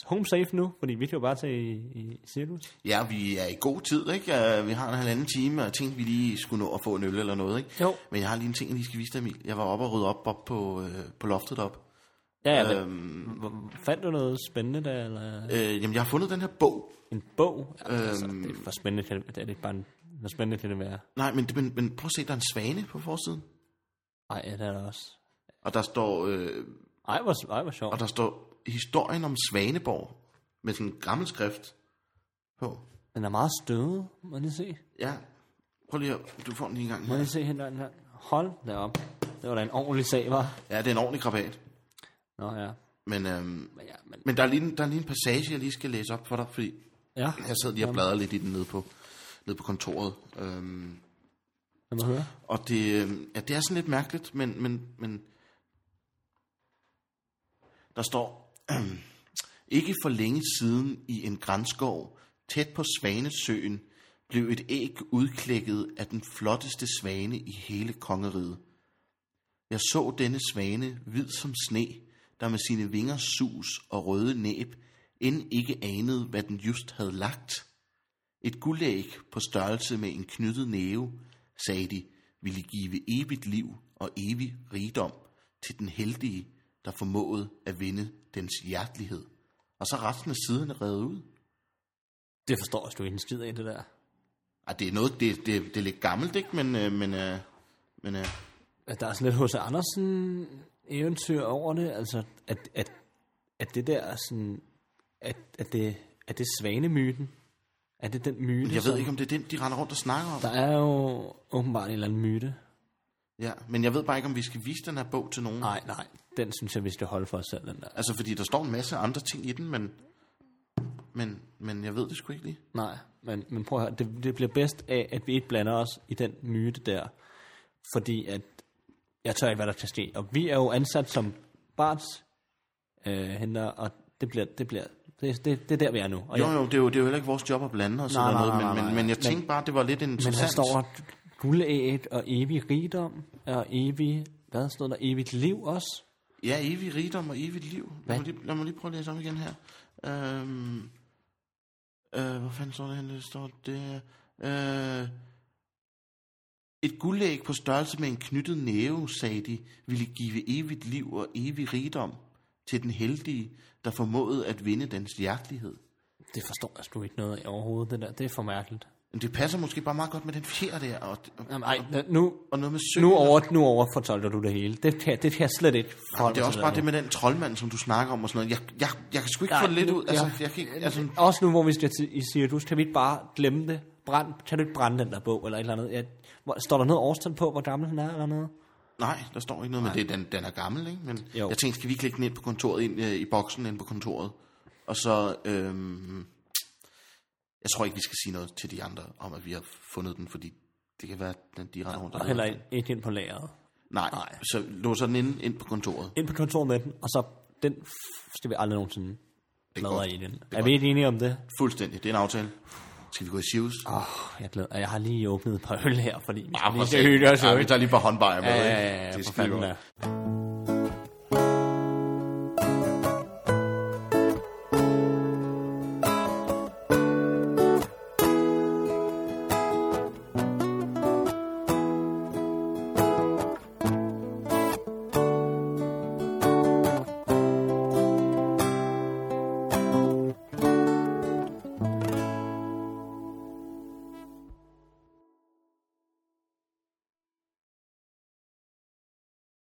Speaker 2: home safe nu, fordi vi kan jo bare til i, i cirkus.
Speaker 3: Ja, vi er i god tid, ikke? Øh, Vi har en halvanden time, og jeg tænkte, vi lige skulle nå at få en øl eller noget, ikke?
Speaker 2: Jo.
Speaker 3: Men jeg har lige en ting, jeg lige skal vise dig, Emil. Jeg var oppe og rydde op, op på, øh, på loftet op.
Speaker 2: Ja, ja, men-
Speaker 3: Øhm,
Speaker 2: Fandt du noget spændende der, eller
Speaker 3: øh, jamen, jeg har fundet den her bog.
Speaker 2: en bog?
Speaker 3: Øhm.
Speaker 2: Altså, det er for spændende til det, er det ikke bare en, hvor spændende til det være?
Speaker 3: Nej, men, men, men prøv at se, der er en svane på forsiden.
Speaker 2: Ej, ja, det er der også.
Speaker 3: Og der står, øh,
Speaker 2: Ej, hvor, ej, hvor sjovt.
Speaker 3: og der står historien om Svaneborg med sådan en gammel skrift på.
Speaker 2: Den er meget støvet, må jeg lige se.
Speaker 3: Ja, prøv lige at, du får den lige en gang
Speaker 2: Må jeg
Speaker 3: her.
Speaker 2: lige se hende der, der. Hold da op. Det var da en ordentlig sag, var.
Speaker 3: Ja, det er en ordentlig krabat.
Speaker 2: Nå ja.
Speaker 3: Men, øhm,
Speaker 2: Men ja, men,
Speaker 3: men der, er lige, en- der er lige en passage, jeg lige skal læse op for dig, fordi
Speaker 2: ja.
Speaker 3: Jeg sad lige og bladrede lidt i den nede på, nede på kontoret. Øhm,
Speaker 2: Lad mig høre.
Speaker 3: og det, øhm, ja, det er sådan lidt mærkeligt, men, men, men der står, ikke for længe siden i en grænskov tæt på Svanesøen blev et æg udklækket af den flotteste svane i hele kongeriget. Jeg så denne svane hvid som sne, der med sine vinger sus og røde næb end ikke anede, hvad den just havde lagt. Et guldæg på størrelse med en knyttet næve, sagde de, ville give evigt liv og evig rigdom til den heldige, der formåede at vinde dens hjertelighed. Og så resten af siden er reddet ud.
Speaker 2: Det forstår jeg sgu ikke en skid af, det der.
Speaker 3: Ej, det er noget, det, det, det er lidt gammelt, ikke? Men, øh, men, øh, men øh,
Speaker 2: At der er sådan lidt H.C. Andersen eventyr over det, altså at, at, at det der er sådan, at, at det, at det svanemyten, er det den myte,
Speaker 3: jeg
Speaker 2: som-
Speaker 3: ved ikke, om det er den, de render rundt og snakker om.
Speaker 2: Der er jo åbenbart en eller anden myte.
Speaker 3: Ja, men jeg ved bare ikke, om vi skal vise den her bog til nogen.
Speaker 2: Nej, nej, den synes jeg, vi skal holde for os selv, den der.
Speaker 3: Altså, fordi der står en masse andre ting i den, men, men, men jeg ved det sgu ikke lige.
Speaker 2: Nej, men, men prøv at høre, det, det bliver bedst af, at vi ikke blander os i den myte der, fordi at jeg tør ikke, hvad der skal ske. Og vi er jo ansat som barns øh, henter, og det bliver, det bliver, det, det, det er der, vi er nu. Og
Speaker 3: Jo,
Speaker 2: jeg,
Speaker 3: jo, det er jo, det er jo heller ikke vores job at blande os
Speaker 2: Nej,
Speaker 3: eller
Speaker 2: nej,
Speaker 3: noget,
Speaker 2: nej,
Speaker 3: men, men,
Speaker 2: nej, nej.
Speaker 3: men jeg tænkte bare, det var lidt
Speaker 2: men her
Speaker 3: interessant.
Speaker 2: står der guldæg og evig rigdom, og evig, hvad stod der, evigt liv også?
Speaker 3: Ja, evig rigdom og evigt liv. Lad
Speaker 2: Hvad?
Speaker 3: mig, lige, lad mig lige prøve at læse om igen her. Øhm, Øh, hvor fanden står det henne? Det står det... Øh, et guldæg på størrelse med en knyttet næve, sagde de, ville give evigt liv og evig rigdom til den heldige, der formåede at vinde dens hjertelighed.
Speaker 2: Det forstår jeg sgu ikke noget af overhovedet, det der. Det er for mærkeligt.
Speaker 3: Men det passer måske bare meget godt med den fjer der, og, og,
Speaker 2: Jamen, ej, nu,
Speaker 3: og noget med søen.
Speaker 2: nu, over, nu overfortolker du det hele. Det kan, det kan jeg slet ikke
Speaker 3: Jamen,
Speaker 2: forholde
Speaker 3: det er
Speaker 2: mig
Speaker 3: også
Speaker 2: til
Speaker 3: bare
Speaker 2: der
Speaker 3: det med den troldmand, som du snakker om og sådan noget. Jeg, jeg, jeg kan sgu ikke
Speaker 2: Nej,
Speaker 3: få det lidt
Speaker 2: nu-
Speaker 3: ud. Altså,
Speaker 2: ja.
Speaker 3: jeg kan ikke, altså,
Speaker 2: nu. Også nu, hvor vi skal til- I siger, du kan vi ikke bare glemme det. Brænd, kan du ikke brænde den der bog, eller et eller andet. Jeg, hvor, står der noget årstal på, hvor gammel den er, eller noget?
Speaker 3: nej, der står ikke noget, men det, den, den er gammel, ikke? Men
Speaker 2: Jo.
Speaker 3: jo. jeg tænkte, skal vi ikke lægge den ind på kontoret, ind, øh, i boksen ind på kontoret? Og så, øhm, jeg tror ikke, vi skal sige noget til de andre om, at vi har fundet den, fordi det kan være, at de render rundt.
Speaker 2: Og heller ikke, ikke ind på lageret.
Speaker 3: Nej, nej, så låser den ind, ind på kontoret.
Speaker 2: Ind på kontoret med den, og så den f- skal vi aldrig nogensinde
Speaker 3: Det er
Speaker 2: bladre
Speaker 3: godt.
Speaker 2: i den.
Speaker 3: er
Speaker 2: Er vi ikke enige om det?
Speaker 3: Fuldstændig, det er en aftale. Skal vi gå i Sivus?
Speaker 2: Åh, oh, jeg, glæder, jeg har lige åbnet et par øl her, fordi vi
Speaker 3: Ah,
Speaker 2: lige
Speaker 3: for
Speaker 2: skal
Speaker 3: satan.
Speaker 2: hygge os jo
Speaker 3: Ah,
Speaker 2: ikke?
Speaker 3: vi tager lige på håndbejer med.
Speaker 2: Ja, ja,
Speaker 3: ikke?
Speaker 2: ja, ja,
Speaker 3: Det er
Speaker 2: for
Speaker 3: skide
Speaker 2: fanden
Speaker 3: godt.
Speaker 2: da.